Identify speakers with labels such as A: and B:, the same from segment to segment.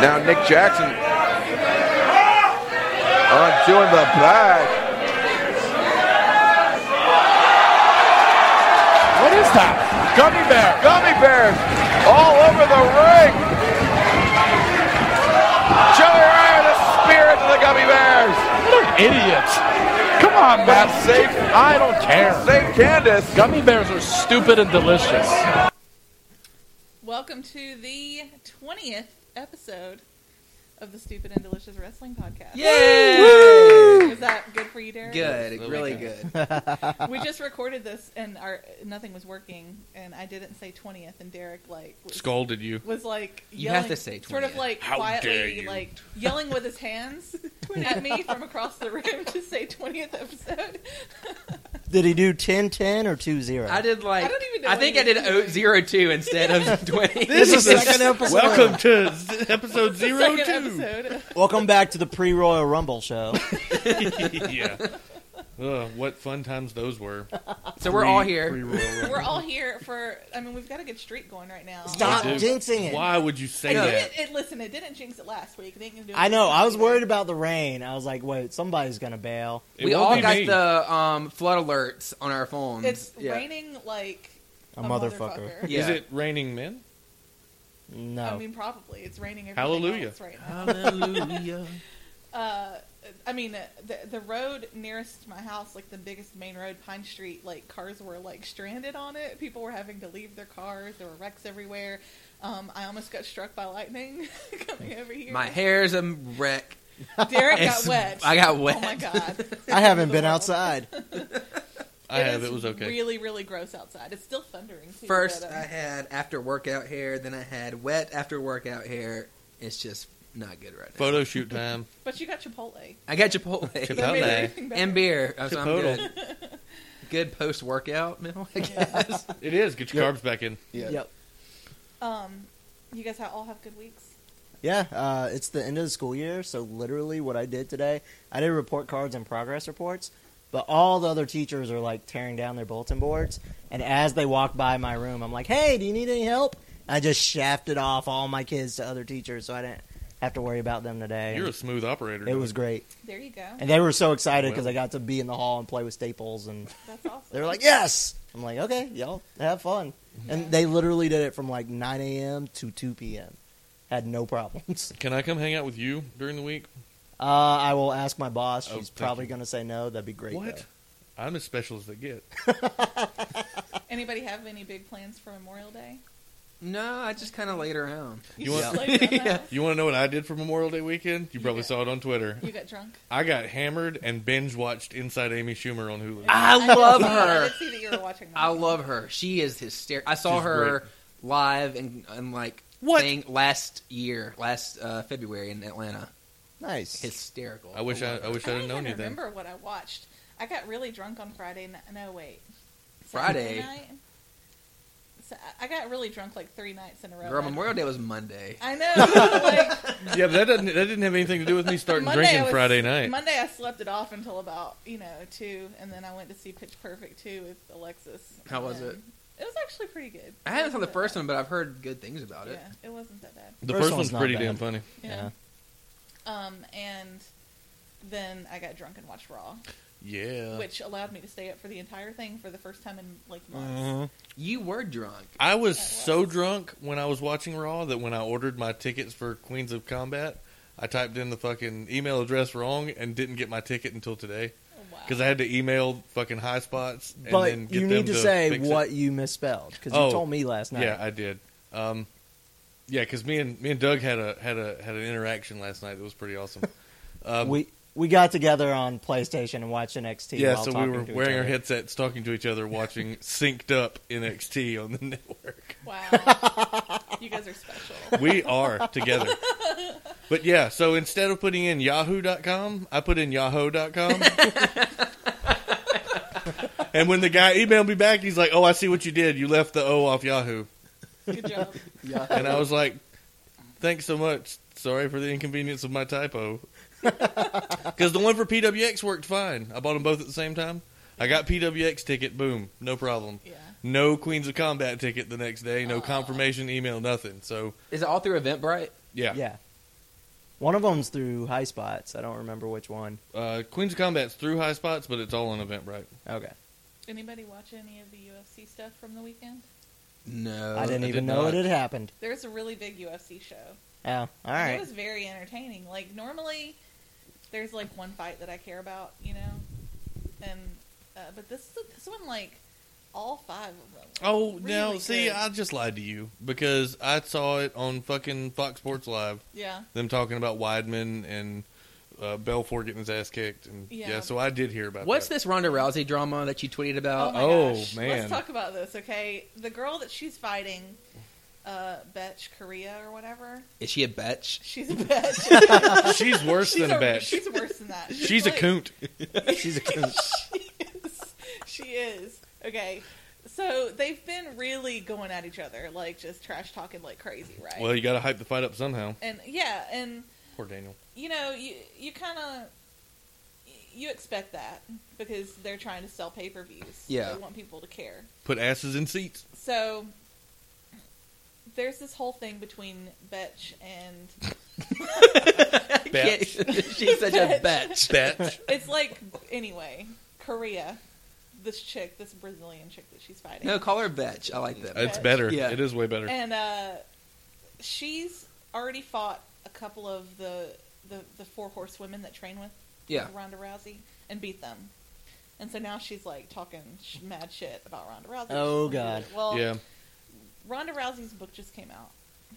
A: Now Nick Jackson undoing the back.
B: What is that? Gummy bear.
A: Gummy bears all over the ring. Joey Ryan, the spirit of the gummy bears.
B: What an idiot. Come on,
A: But
B: Matt.
A: save,
B: I don't care.
A: save Candace.
B: Gummy bears are stupid and delicious.
C: Welcome to the 20th episode of the Stupid and Delicious Wrestling Podcast.
D: Yay!
C: Is that good for you, Derek?
D: Good, really good.
C: We just recorded this and our nothing was working, and I didn't say 20th, and Derek like was,
E: scolded you.
C: was like yelling,
D: You have to say
C: sort of
D: 20th.
C: like
E: How
C: quietly
E: dare you.
C: like yelling with his hands at me from across the room to say 20th episode.
F: Did he do 10 10 or 2 0?
D: I did like.
C: I
D: I,
C: don't even know what
D: think
C: he
D: I did
C: was
D: o-
C: doing.
D: zero two instead of twenty.
F: This is the second episode.
E: Welcome to z- episode zero
C: Second
E: two.
C: episode.
F: Welcome back to the pre Royal Rumble show.
E: yeah. Ugh, what fun times those were.
D: so we're all
E: Pre-
D: here.
E: pre-roll.
C: We're all here for. I mean, we've got a good streak going right now.
F: Stop
E: Dude,
F: jinxing it.
E: Why would you say
C: It
E: that?
C: didn't, it, listen, it didn't jinx it last week. It didn't do it
F: I know.
C: this
F: I was
C: week.
F: worried about the rain. I was like, wait, somebody's going to bail.
E: It
D: we
E: won't
D: all
E: be
D: got
E: me.
D: the um, flood alerts on our phones.
C: It's
D: Yeah.
C: raining like
F: A, motherfucker.
D: Yeah.
E: Is it raining men?
F: No.
C: I mean, probably it's raining. everything
E: Hallelujah.
C: else Right now.
D: Hallelujah.
C: Uh, I mean, uh, the the road nearest my house, like the biggest main road, Pine Street, like cars were like stranded on it. People were having to leave their cars. There were wrecks everywhere. Um, I almost got struck by lightning coming over here.
D: My hair's a wreck.
C: Derek got
D: It's-
C: wet.
D: I got
C: Oh my
D: wet.
C: god.
F: I haven't been outside.
E: I have.
C: is
E: It was okay.
C: Really, really gross outside. It's still thundering. Too,
D: First,
C: but, uh,
D: I had after workout hair. Then I had wet after workout hair. It's just not good right now.
E: Photo shoot time.
C: but you got Chipotle.
D: I got Chipotle
E: Chipotle.
C: That made everything better.
D: and beer. Oh, so I'm
E: Chipotle.
D: good. Good post workout meal, I guess.
E: It is. Get your carbs back in.
F: Yep.
C: Um, you guys ha- all have good weeks.
F: Yeah, uh, it's the end of the school year, so literally what I did today, I did report cards and progress reports, but all the other teachers are like tearing down their bulletin boards, and as they walk by my room, I'm like, "Hey, do you need any help?" I just shafted off all my kids to other teachers, so I didn't have to worry about them today.
E: You're a smooth operator.
F: it was great,
C: There you go.
F: and they were so excited because
E: Well.
F: I got to be in the hall and play with Staples, and
C: That's awesome.
F: they were like, "Yes!" I'm like, "Okay, y'all have fun," and they literally did it from like 9 a.m. to 2 p.m. Had no problems.
E: Can I come hang out with you during the week?
F: Uh, I will ask my boss.
E: Oh,
F: She's
E: thank
F: probably
E: you.
F: going to say no. That'd be great.
E: What?
F: though.
E: I'm as special as they get.
C: Anybody have any big plans for Memorial Day?
D: No, I just kind of laid around.
E: You want-
C: just laid down the
D: Yeah.
C: house?
E: You want to know what I did for Memorial Day weekend? You probably
C: got-
E: saw it on Twitter.
C: You got drunk.
E: I got hammered and binge watched Inside Amy Schumer on Hulu.
C: Ah.
D: I love her.
C: I did see that you were watching. That.
D: I love her. She is hysterical. I saw
E: She's
D: her live and, and like
E: What?
D: thing last year, last uh, February in Atlanta.
F: Nice.
D: Hysterical. Oh
E: I wish I,
D: love
E: I
D: her.
E: wish
C: I
E: I'd
C: don't
E: have
C: even
E: known you then.
C: remember what I watched. I got really drunk on Friday. Night. No, wait.
D: Friday?
C: Saturday Night? So I I got really drunk like three nights in a row.
D: Girl,
C: I-
D: Memorial Day was Monday.
C: I know. Like,
E: Yeah, but that doesn't that didn't have anything to do with me starting
C: Monday I
E: drinking
C: was-
E: Friday night.
C: Monday I slept it off until about you know two, and then I went to see Pitch Perfect two with Alexis.
D: How
C: and
D: was
C: then-
D: it?
C: It was actually pretty good.
D: I haven't saw the first one, but I've heard good things about it.
C: Yeah, it wasn't that bad.
E: the
F: First
E: first
F: one's
E: one's
F: not
E: pretty
F: bad.
E: damn funny.
C: Yeah. Um, and then I got drunk and watched Raw,
E: Yeah.
C: which allowed me to stay up for the entire thing for the first time in like months.
D: You were drunk.
E: I was
C: That
E: so
C: was.
E: drunk when I was watching Raw that when I ordered my tickets for Queens of Combat, I typed in the fucking email address wrong and didn't get my ticket until today
C: Oh, Wow.
E: because I had to email fucking high spots. And then
F: but
E: get
F: you
E: them
F: need to
E: to
F: say
E: fix it.
F: what you misspelled because
E: Oh,
F: you told me last night.
E: Yeah, I did. Um, yeah, because me and me and Doug had a had a had an interaction last night that was pretty awesome. Um,
F: we we got together on PlayStation and watched NXT.
E: yeah,
F: while
E: so we
F: talking
E: were
F: to each
E: wearing our
F: other.
E: headsets, talking to each other, watching synced up NXT on the network.
C: Wow. you guys are special.
E: We are together. But yeah, so instead of putting in yahoo.com, I put in yahoo.com. and when the guy emailed me back, he's like, "Oh, I see what you did. You left the O off Yahoo."
C: Good job.
E: And I was like, "Thanks so much. Sorry for the inconvenience of my typo." Cuz the one for PWX worked fine. I bought them both at the same time. I got PWX ticket, boom, no problem.
C: Yeah.
E: No Queens of Combat ticket the next day, no confirmation email, nothing. So,
D: Is it all through Eventbrite?
E: yeah.
F: Yeah, One of them's through High Spots. I don't remember which one.
E: Uh, Queens of Combat's through high spots, but it's all on Eventbrite.
F: Okay.
C: Anybody watch any of the UFC stuff from the weekend?
D: No,
F: I didn't
E: Uh, I
F: even
E: did
F: know
E: not.
F: it had happened.
C: There's a really big UFC show.
F: Oh, all
C: And
F: right.
C: It was very entertaining. Like normally, there's like one fight that I care about, you know, and uh, but this this one like all five of them.
E: Oh, now
C: Really
E: see,
C: good.
E: I just lied to you because I saw it on fucking Fox Sports Live.
C: Yeah,
E: Them talking about Weidman and uh, Belfort getting his ass kicked, and yeah.
C: Yeah.
E: so I did hear about
D: What's
E: that.
D: this Ronda Rousey drama that you tweeted
C: Oh,
D: about?
C: my
E: oh,
C: gosh.
E: man.
C: Let's talk about this, okay? The girl that she's fighting, uh, Betch Korea or whatever,
D: Is she a bitch?
C: she's a Betch.
E: She's worse
C: she's,
E: than a bitch. She's,
C: she's worse than that.
E: a
C: like-
E: coont.
F: She's a coon.
C: is. She is. Okay. So they've been really going at each other, like just trash talking like crazy, right?
E: Well, you got to hype the fight up somehow.
C: and yeah, and
E: Poor Daniel.
C: you know, you you kind of you expect that because they're trying to sell pay-per-views.
D: Yeah.
C: They want people to care.
E: Put asses in seats.
C: So there's this whole thing between Betch and
D: Bitch. She's such a bitch.
E: Bitch.
C: it's like anyway, Korea, this chick, this Brazilian chick that she's fighting.
D: No, call her bitch. I like that.
E: it's better.
D: Yeah.
E: It is way better.
C: and uh, she's already fought a couple of the the, the four horsewomen that train with
D: Yeah.
C: Ronda Rousey and beat them. And so now she's like talking sh- mad shit about Ronda Rousey.
F: Oh, God.
C: Well,
E: yeah.
C: Ronda Rousey's book just came out,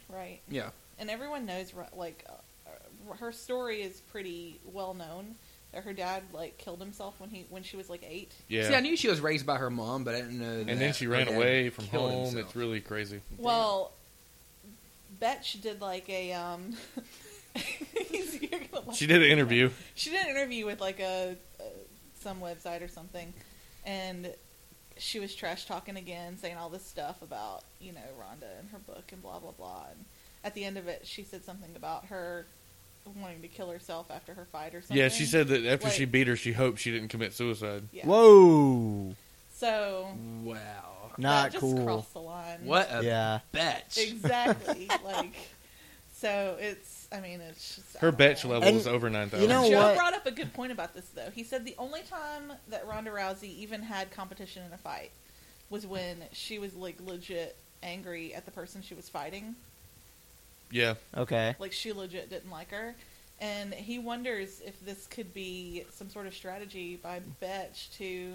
C: right?
D: Yeah.
C: And everyone knows Ro- like uh, her story is pretty well known. That her dad like killed himself when he when she was like eight.
E: Yeah.
D: See, I knew she was raised by her mom, but I didn't know.
E: and then she ran away from home. It's
D: really
E: really crazy.
C: Well, Betch did like a um. you're gonna laugh.
E: She did an interview.
C: She did an interview with like a, a some website or something, and she was trash talking again, saying all this stuff about you know Rhonda and her book and blah blah blah. And at the end of it, she said something about her wanting to kill herself after her fight or something.
E: Yeah, she said that after she
C: Like-
E: beat her, she hoped she didn't commit suicide.
C: Yeah.
F: Whoa.
C: So
D: wow.
C: that
F: Not
C: just
F: cool.
C: crossed the line.
D: What a
F: Yeah.
D: bitch.
C: Exactly. like. So it's. I mean, it's just I
E: Her
C: don't
E: bitch
C: know.
E: level
F: And
E: is over 9,000.
F: you know
C: Joe
F: what?
C: brought up a good point about this, though. He said the only time that Ronda Rousey even had competition in a fight was when she was like legit angry at the person she was fighting.
E: Yeah.
F: Okay.
C: Like she legit didn't like her, and he wonders if this could be some sort of strategy by Betch to.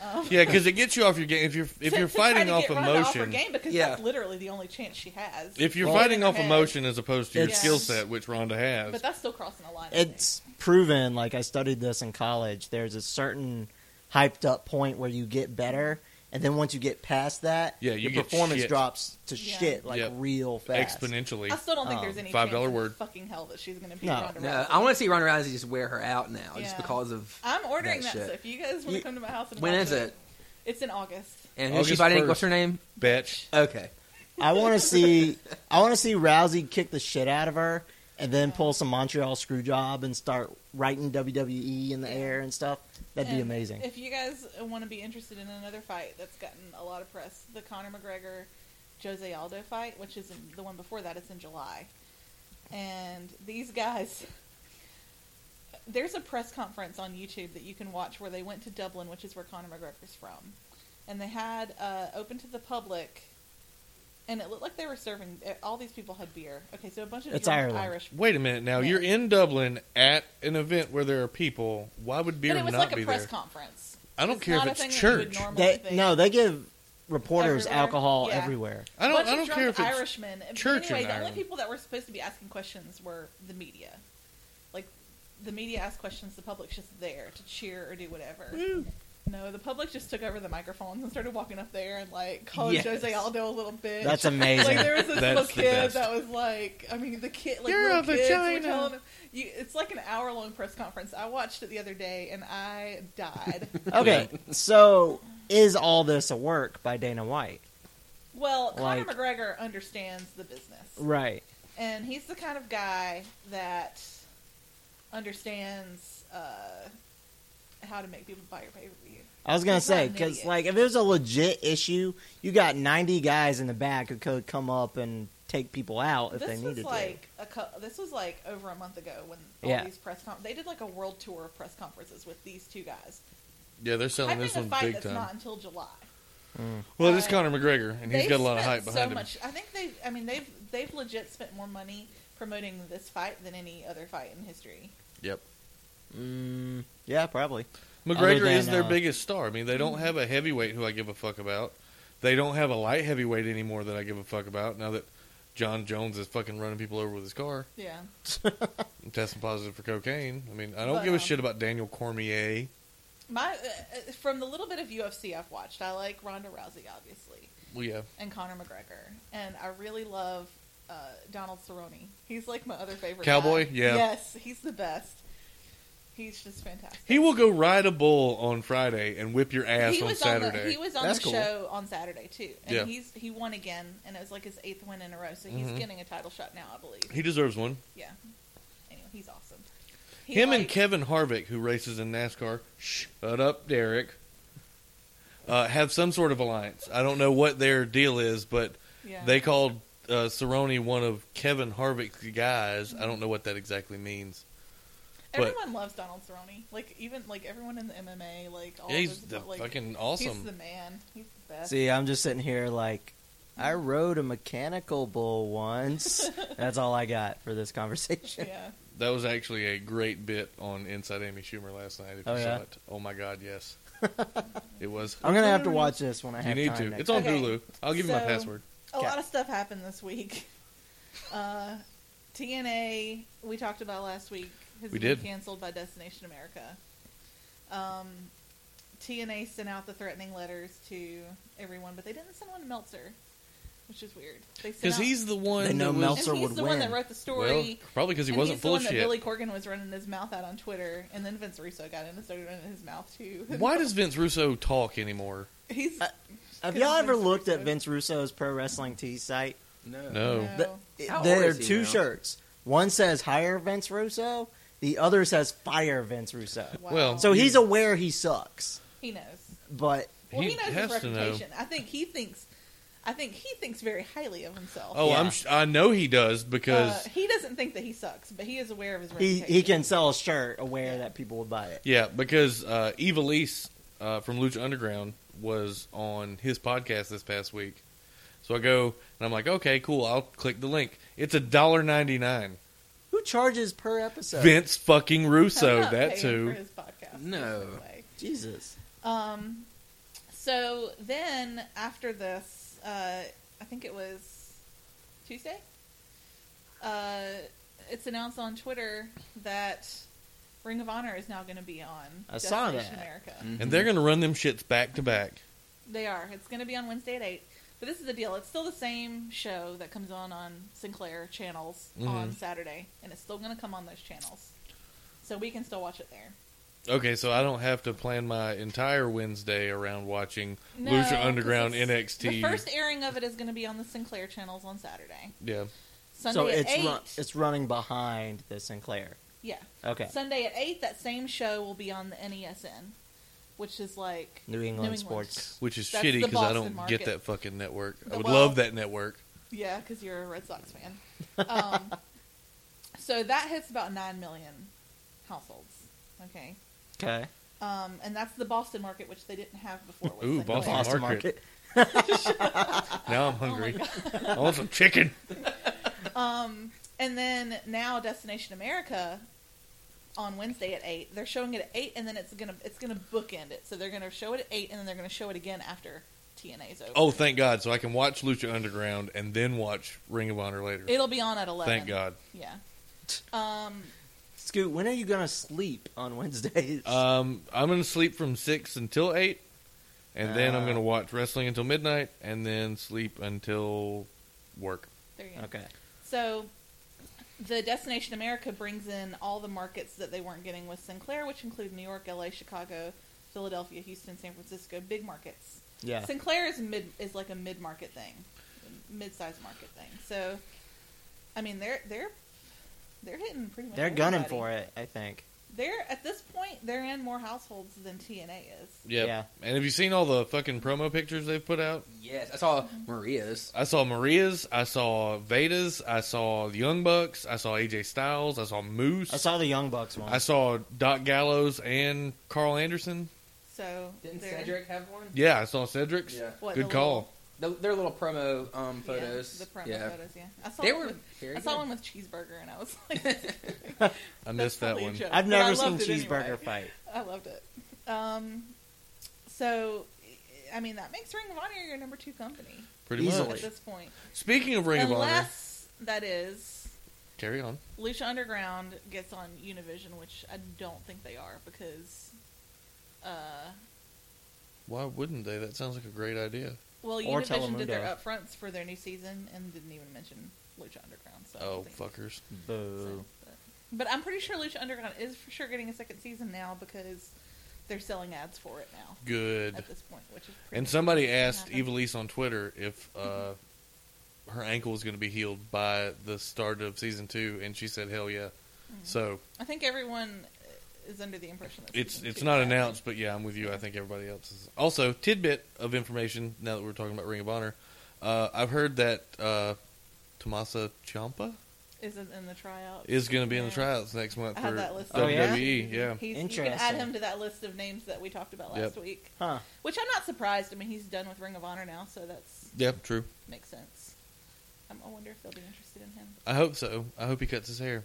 C: Um,
E: Yeah, because it gets you off your game. If you're if
C: to-
E: you're
C: to try
E: fighting
C: to
E: off
C: get Ronda off her
E: emotion,
C: game because
D: Yeah.
C: that's literally the only chance she has.
E: if you're
F: Well-
E: fighting off
C: Head.
E: emotion as opposed to your
F: It's-
E: skill set, which Rhonda has,
C: but that's still crossing a line. I think.
F: It's proven, like I studied this in college, there's a certain hyped up point where you get better. And then once you get past that,
E: Yeah, you
F: your
E: get
F: performance
E: shit.
F: drops to
C: Yeah.
F: shit like
E: Yep.
F: real fast.
E: exponentially.
C: I still don't think
F: um,
C: there's any
E: $5
C: chance in
E: word.
C: fucking hell that she's going to be
F: No.
C: Ronda
D: Oh. No,
C: Rousey.
D: I want to see Ronda Rousey just wear her out now, just
C: Yeah.
D: because of
C: I'm ordering
D: that
C: that,
D: shit.
C: stuff. You guys want
F: You-
C: to come to my house? And
D: when
C: watch
D: is it?
C: It's in August.
D: And who's she
E: August
D: fighting?
E: 1st.
D: What's her name?
E: Bitch.
D: Okay.
F: I want to see, I want to see Rousey kick the shit out of her, and then pull some Montreal screw job and start writing WWE in the air and stuff. That'd be
C: And
F: amazing.
C: If you guys want to be interested in another fight that's gotten a lot of press, the Conor McGregor Jose Aldo fight, which is in, the one before that, it's in July. And these guys, there's a press conference on YouTube that you can watch where they went to Dublin, which is where Conor McGregor's from, and they had uh, open to the public. And it looked like they were serving. eh, All these people had beer. Okay, so a bunch of
F: It's
C: drunk
F: Ireland.
C: Irish
E: Wait a minute now. You're in Dublin at an event where there are people. Why would beer
C: but it was
E: not
C: like
E: be
C: a press
E: there?
C: conference.
E: I don't
C: It's
E: care
C: not
E: if
C: a
E: it's
C: thing that you would
E: church.
C: normally
F: They,
C: think.
F: no, they give reporters
C: Everywhere?
F: alcohol
C: Yeah.
F: everywhere.
E: I don't.
C: Bunch
E: I
C: of
E: don't
C: drunk
E: care if it's
C: Irishmen. But
E: church
C: anyway,
E: in
C: the
E: Ireland.
C: only people that were supposed to be asking questions were the media. Like the media asked questions, the public's just there to cheer or do whatever. No, the public just took over the microphones and started walking up there and like calling
D: Yes.
C: Jose Aldo a little bit.
F: That's
C: like
F: amazing.
C: there was this
E: That's
C: little
E: the
C: kid
E: best.
C: that was like, I mean, the kid like
E: You're
C: little
E: a
C: kids were
E: vagina.
C: telling him- you, it's like an hour long press conference. I watched it the other day and I died.
F: Okay, so is all this a work by Dana White?
C: well,
F: Like-
C: Conor McGregor understands the business.
F: Right.
C: and he's the kind of guy that understands uh, how to make people buy your pay per view.
F: I was gonna
C: He's
F: say
C: not an
F: because
C: idiot.
F: like if it was a legit issue, you got ninety guys in the back who could come up and take people out if
C: This
F: they
C: was
F: needed
C: like a cou- this was like over a month ago when all
F: Yeah.
C: these press con- they did like a world tour of press conferences with these two guys.
E: Yeah, they're
C: I
E: selling
C: think
E: Oh, this
C: the
E: one
C: fight
E: big
C: that's
E: time.
C: not until July.
E: well, it's
C: uh,
E: Conor McGregor, and he's
C: They've
E: got a lot of
C: spent
E: hype behind
C: so
E: him.
C: Much, I think they. I mean, they've they've legit spent more money promoting this fight than any other fight in history.
E: Yep.
F: Mm, yeah, probably.
E: McGregor
F: Other than,
E: is their
F: uh,
E: biggest star. I mean, they don't have a heavyweight who I give a fuck about. They don't have a light heavyweight anymore that I give a fuck about. Now that John Jones is fucking running people over with his car,
C: Yeah,
E: and testing positive for cocaine. I mean, I don't
C: But,
E: give a
C: um,
E: shit about Daniel Cormier.
C: my uh, uh, from the little bit of UFC I've watched, I like Ronda Rousey obviously
E: Well, yeah,
C: and Conor McGregor, and I really love uh, Donald Cerrone. He's like my other favorite
E: Cowboy?
C: guy.
E: Yeah.
C: yes, he's the best. He's just fantastic.
E: he will go ride a bull on Friday and whip your ass
C: he
E: on
C: was
E: Saturday.
C: On the, he was on
F: That's
C: the
F: cool.
C: show on Saturday too, and
E: Yeah.
C: he's he won again, and it was like his eighth win in a row. So he's
E: Mhm.
C: getting a title shot now, I believe.
E: He deserves one.
C: Yeah. Anyway, he's awesome. He,
E: Him and
C: like-
E: Kevin Harvick, who races in NASCAR, shut up, Derek, uh, have some sort of alliance. I don't know what their deal is, but
C: yeah.
E: they called uh, Cerrone one of Kevin Harvick's guys. I don't know what that exactly means. but-
C: everyone loves Donald Cerrone. Like even like everyone in the MMA, like all
E: Yeah, he's
C: of
E: the
C: his, like,
E: fucking
C: He's
E: awesome.
C: the man. He's the best.
F: See, I'm just sitting here like, I rode a mechanical bull once. That's all I got for this conversation.
C: Yeah.
E: that was actually a great bit on Inside Amy Schumer last night. If
F: Oh,
E: you
F: yeah?
E: saw it, oh my god, yes, it was.
F: I'm gonna have to watch this when I
E: You
F: have
E: need
F: time.
E: to.
F: next
E: It's on
C: Okay,
E: Hulu. I'll give you my
C: so-
E: password.
C: A
F: Okay.
C: lot of stuff happened this week. Uh, TNA we talked about last week has
E: We
C: been
E: did.
C: canceled by Destination America. Um, TNA sent out the threatening letters to everyone, but they didn't send one to Meltzer, which is weird. They sent
E: Because
C: out-
E: he's the one.
F: They
E: that
F: know
E: was-
F: Meltzer-
C: and he's
F: would
C: the one that
F: win.
C: wrote the story.
E: Well, probably because he
C: and
E: wasn't
C: he's
E: full
C: the
E: of
C: one that
E: shit.
C: Billy Corgan was running his mouth out on Twitter, and then Vince Russo got in and started running his mouth too.
E: Why does Vince Russo talk anymore?
C: he's
F: I- Uh, Have
C: Could
F: y'all
C: have
F: ever
C: Vince
F: looked at
C: Russo.
F: Vince Russo's pro wrestling Tees site?
D: No.
E: No.
C: No.
F: The-
D: How old
F: there are
D: is he
F: two
D: now?
F: shirts. One says hire Vince Russo. The other says fire Vince Russo.
C: wow.
E: well,
F: So he's aware he sucks,
C: he knows.
F: but
C: Well, he,
E: He
C: knows
E: has
C: his
E: to know.
C: reputation. I think he thinks. I think he thinks very highly of himself.
E: Oh,
F: Yeah.
E: I'm. Sh- I know he does
C: uh,
E: because
C: he doesn't think that he sucks, but he is aware of his
F: he,
C: reputation.
F: he can sell a shirt aware
C: Yeah.
F: that people would buy it.
E: yeah, because uh, Evilise uh, from Lucha Underground was on his podcast this past week. So I go and I'm like, okay, cool. I'll click the link. It's a dollar ninety nine.
F: Who charges per episode?
E: Vince fucking
C: I'm
E: Russo.
C: not
E: That
C: paying for
E: too.
C: his podcast.
D: No.
C: There's way.
F: Jesus.
C: Um, so then after this, uh, I think it was Tuesday. Uh, it's announced on Twitter that Ring of Honor is now going to be on
F: I saw
C: Destination
F: that. Mm.
C: America.
D: Mm-hmm.
E: And they're gonna run them shits back to back.
C: They are. It's going to be on Wednesday at eight. But this is the deal. It's still the same show that comes on on Sinclair channels
F: Mm-hmm.
C: on Saturday, and it's still going to come on those channels, so we can still watch it there.
E: Okay, so I don't have to plan my entire Wednesday around watching
C: No,
E: Lucha
C: 'cause
E: Underground
C: it's-
E: NXT.
C: The first airing of it is going to be on the Sinclair channels on Saturday.
E: yeah.
C: Sunday
F: so
C: at
F: it's
C: eight.
F: run, it's running behind the Sinclair.
C: yeah.
F: Okay.
C: Sunday at eight. That same show will be on the NESN, which is like
F: New England sports.
E: Which is
C: That's
E: shitty
C: the
E: because I
C: Boston
E: don't
C: market.
E: get that fucking network. I
C: The-
E: would
C: well-
E: love that network.
C: Yeah, because you're a Red Sox fan. Um, so that hits about nine million households. Okay.
F: Okay.
C: Um, and that's the Boston market, which they didn't have before. with
E: Ooh,
C: Sinclair.
E: Boston
F: Boston
E: market.
F: market.
E: Now
C: Oh
E: I'm hungry. I want some chicken.
C: And then now Destination America on Wednesday at eight. They're showing it at eight, and then it's gonna it's gonna bookend it. So they're gonna show it at eight, and then they're gonna show it again after TNA's over.
E: Oh, thank God! So I can watch Lucha Underground and then watch Ring of Honor later.
C: it'll be on at eleven.
E: Thank God.
C: Yeah. Um.
F: Scoot, when are you gonna sleep on Wednesdays?
E: Um, I'm gonna sleep from six until eight, and then I'm
F: Ah.
E: gonna watch wrestling until midnight, and then sleep until work.
C: There you go.
F: okay.
C: So the Destination America brings in all the markets that they weren't getting with Sinclair, which include New York, LA, Chicago, Philadelphia, Houston, San Francisco, big markets.
F: Yeah.
C: Sinclair is mid is like a mid market thing, mid sized market thing. So, I mean, they're they're they're hitting pretty much.
F: They're gunning
C: everybody.
F: for it, I think.
C: They're at this point they're in more households than TNA is.
E: Yep.
F: Yeah.
E: And have you seen all the fucking promo pictures they've put out?
D: Yes, I saw Maria's.
E: I saw Maria's, I saw Veda's, I saw the Young Bucks, I saw AJ Styles, I saw Moose,
F: I saw the Young Bucks one.
E: I saw Doc Gallows and Carl Anderson.
C: So
D: Didn't
C: they're-
D: Cedric have one?
E: Yeah, I saw Cedric's.
D: Yeah.
C: what,
E: Good
C: the
E: call.
D: Th- their little promo um,
C: little- yeah,
D: photos.
C: the promo
D: yeah.
C: photos, yeah. I saw
D: They
C: one
D: were
C: with-
D: very
C: I saw
D: good.
C: one with cheeseburger, and I was like,
E: I
C: "That's
E: missed that
C: probably a
E: one.
C: joke,"
F: I've
C: but I
F: never seen
C: loved it
F: Cheeseburger
C: anyway.
F: fight.
C: I loved it. Um, so, I mean, that makes Ring of Honor your number two company
E: Pretty
F: Easily.
C: at
E: much.
C: this point,
E: Speaking of Ring of Honor,
C: unless that is
E: carry on.
C: Lucha Underground gets on Univision, which I don't think they are because, uh,
E: Why wouldn't they? That sounds like a great idea.
C: well,
F: Or
C: Univision did their
F: Telemundo.
C: upfronts for their new season and didn't even mention Lucha Underground. So I don't
E: Oh,
C: think-
E: fuckers.
F: Boo.
C: But, but I'm pretty sure Lucha Underground is for sure getting a second season now because they're selling ads for it now
E: Good.
C: at this point, which is pretty
E: And somebody
C: cool.
E: asked
C: Yeah.
E: Evilise on Twitter if uh, her ankle was going to be healed by the start of season two, and she said, "Hell yeah."
C: Mm-hmm.
E: So
C: I think everyone is under the impression that
E: it's
C: season
E: it's
C: two
E: not
C: is happening.
E: announced, but yeah, I'm with you. I think everybody else is. Also, tidbit of information. Now that we're talking about Ring of Honor, uh, I've heard that uh, Tomasa Ciampa
C: Is it in the tryouts?
E: is going to be in the
C: Yeah.
E: tryouts next month
C: I
E: for
C: had that listed.
F: Oh, yeah?
E: WWE. Yeah.
C: He's, You can add
F: Interesting.
C: him to that list of names that we talked about last
E: Yep.
C: week,
F: Huh.
C: which I'm not surprised. I mean, he's done with Ring of Honor now, so that's
E: Yeah, true.
C: makes sense. Um, I wonder if they'll be interested in him.
E: I hope so. I hope he cuts his hair.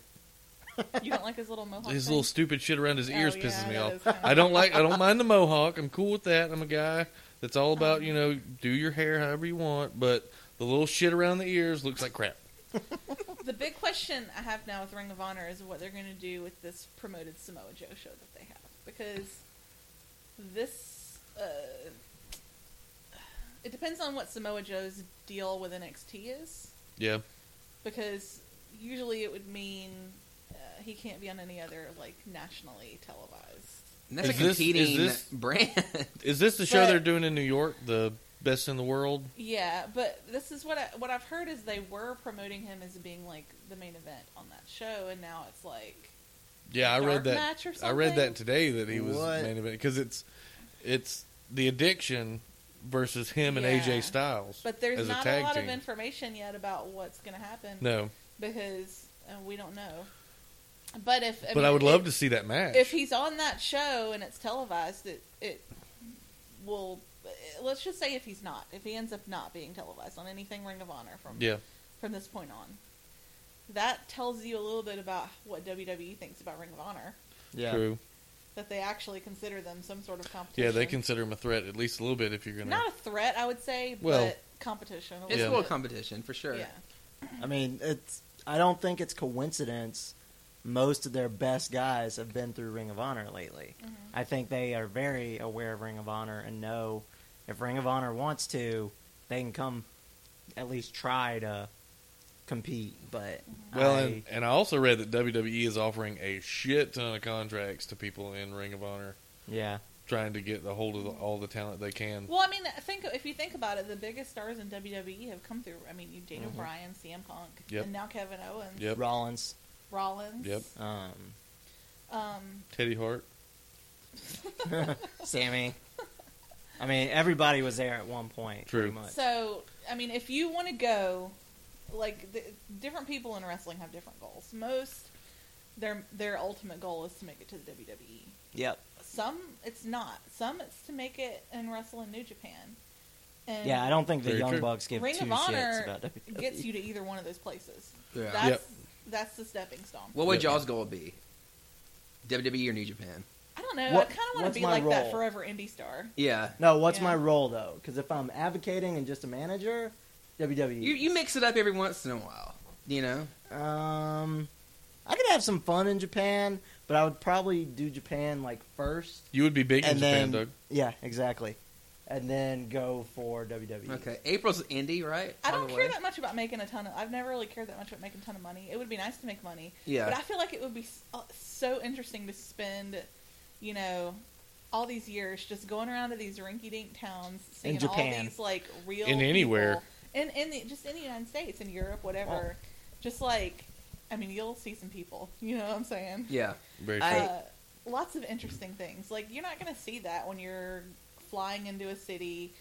C: You don't like his little mohawk?
E: His
C: thing?
E: little stupid shit around his
C: Oh,
E: ears
C: yeah,
E: pisses me
C: that
E: off.
C: is kinda-
E: I don't like. I don't mind the mohawk. I'm cool with that. I'm a guy that's all
C: Um.
E: about you know do your hair however you want, but the little shit around the ears looks like crap.
C: The big question I have now with Ring of Honor is what they're going to do with this promoted Samoa Joe show that they have because this uh, it depends on what Samoa Joe's deal with NXT is
E: Yeah,
C: because usually it would mean uh, he can't be on any other like nationally televised.
D: And that's
E: Is
D: a
E: this- is
D: competing
E: this-
D: brand.
E: is this the show
C: But-
E: they're doing in New York? The best in the world.
C: Yeah, but this is what I, what I've heard is they were promoting him as being like the main event on that show, and now it's like
E: Yeah, I
C: Dark
E: read that.
C: match or
E: I read
C: something?
E: that today that he was
F: What?
E: main event because it's it's the addiction versus him
C: Yeah.
E: and AJ Styles.
C: But there's
E: as
C: not
E: a
C: a,
E: tag
C: lot
E: team.
C: of information yet about what's going to happen
E: no,
C: because uh, we don't know. But if
E: but I would love to see that match.
C: if he's on that show and it's televised, it it will. Let's just say if he's not, if he ends up not being televised on anything Ring of Honor from
E: yeah,
C: from this point on, that tells you a little bit about what WWE thinks about Ring of Honor.
F: Yeah.
E: true.
C: That they actually consider them some sort of competition.
E: Yeah, they consider him a threat at least a little bit if you're gonna.
C: Not a threat, I would say,
E: Well,
C: but competition.
D: It's
E: Yeah.
D: a little competition for sure.
C: Yeah.
F: I mean, it's. I don't think it's coincidence. Most of their best guys have been through Ring of Honor lately.
C: Mm-hmm.
F: I think they are very aware of Ring of Honor and know if Ring of Honor wants to, they can come at least try to compete. But
C: Mm-hmm.
E: Well,
F: I-
E: and, and I also read that WWE is offering a shit ton of contracts to people in Ring of Honor,
F: yeah,
E: trying to get a hold of the, all the talent they can.
C: Well, I mean, I think if you think about it, the biggest stars in WWE have come through. I mean, you Daniel Bryan, CM Punk,
E: Mm-hmm. Yep.
C: and now Kevin Owens,
E: Yep.
F: Rollins.
C: Rollins.
E: Yep.
F: Um,
C: Um,
E: Teddy Hart.
F: Sammy. I mean, everybody was there at one point.
E: True.
F: Pretty much.
C: so, I mean, if you want to go, like, the, different people in wrestling have different goals. Most their their ultimate goal is to make it to the WWE.
F: yep.
C: Some it's not. Some it's to make it and wrestle in New Japan. And
F: Yeah, I don't think the
E: Very
F: Young
E: true.
F: Bucks give
C: Ring
F: two
C: of
F: shits
C: Honor
F: about E. WWE.
C: gets you to either one of those places.
D: Yeah.
C: That's
E: Yep.
C: that's the stepping stone.
D: What would
E: Yeah.
D: y'all's goal be? WWE or New Japan?
C: I don't know. I
F: What-
C: kind of want
F: what's
C: to be
F: my
C: like that
F: role?
C: forever indie star.
D: Yeah.
F: No, what's
C: Yeah.
F: my role though? Because if I'm advocating and just a manager, E. WWE.
D: You, you mix it up every once in a while. You know?
F: um, I could have some fun in Japan, but I would probably do Japan like first,
E: You would be big in
F: and
E: Japan,
F: then
E: Doug.
F: yeah, exactly, and then go for E. WWE.
D: Okay. April's indie, right?
C: I
D: By
C: don't
D: the
C: care
D: way.
C: that much about making a ton of. I've never really cared that much about making a ton of money. It would be nice to make money.
D: Yeah.
C: But I feel like it would be s- uh, so interesting to spend, you know, all these years just going around to these rinky-dink towns, seeing
F: In
C: all
F: Japan.
C: these like real
E: In anywhere.
C: people. in in the, just in the United States, in Europe, whatever. Just like, I mean, you'll see some people. You know what I'm saying?
D: Yeah.
E: Very
D: I-
E: true.
C: Uh, lots of interesting things. Like you're not going to see that when you're flying into a city,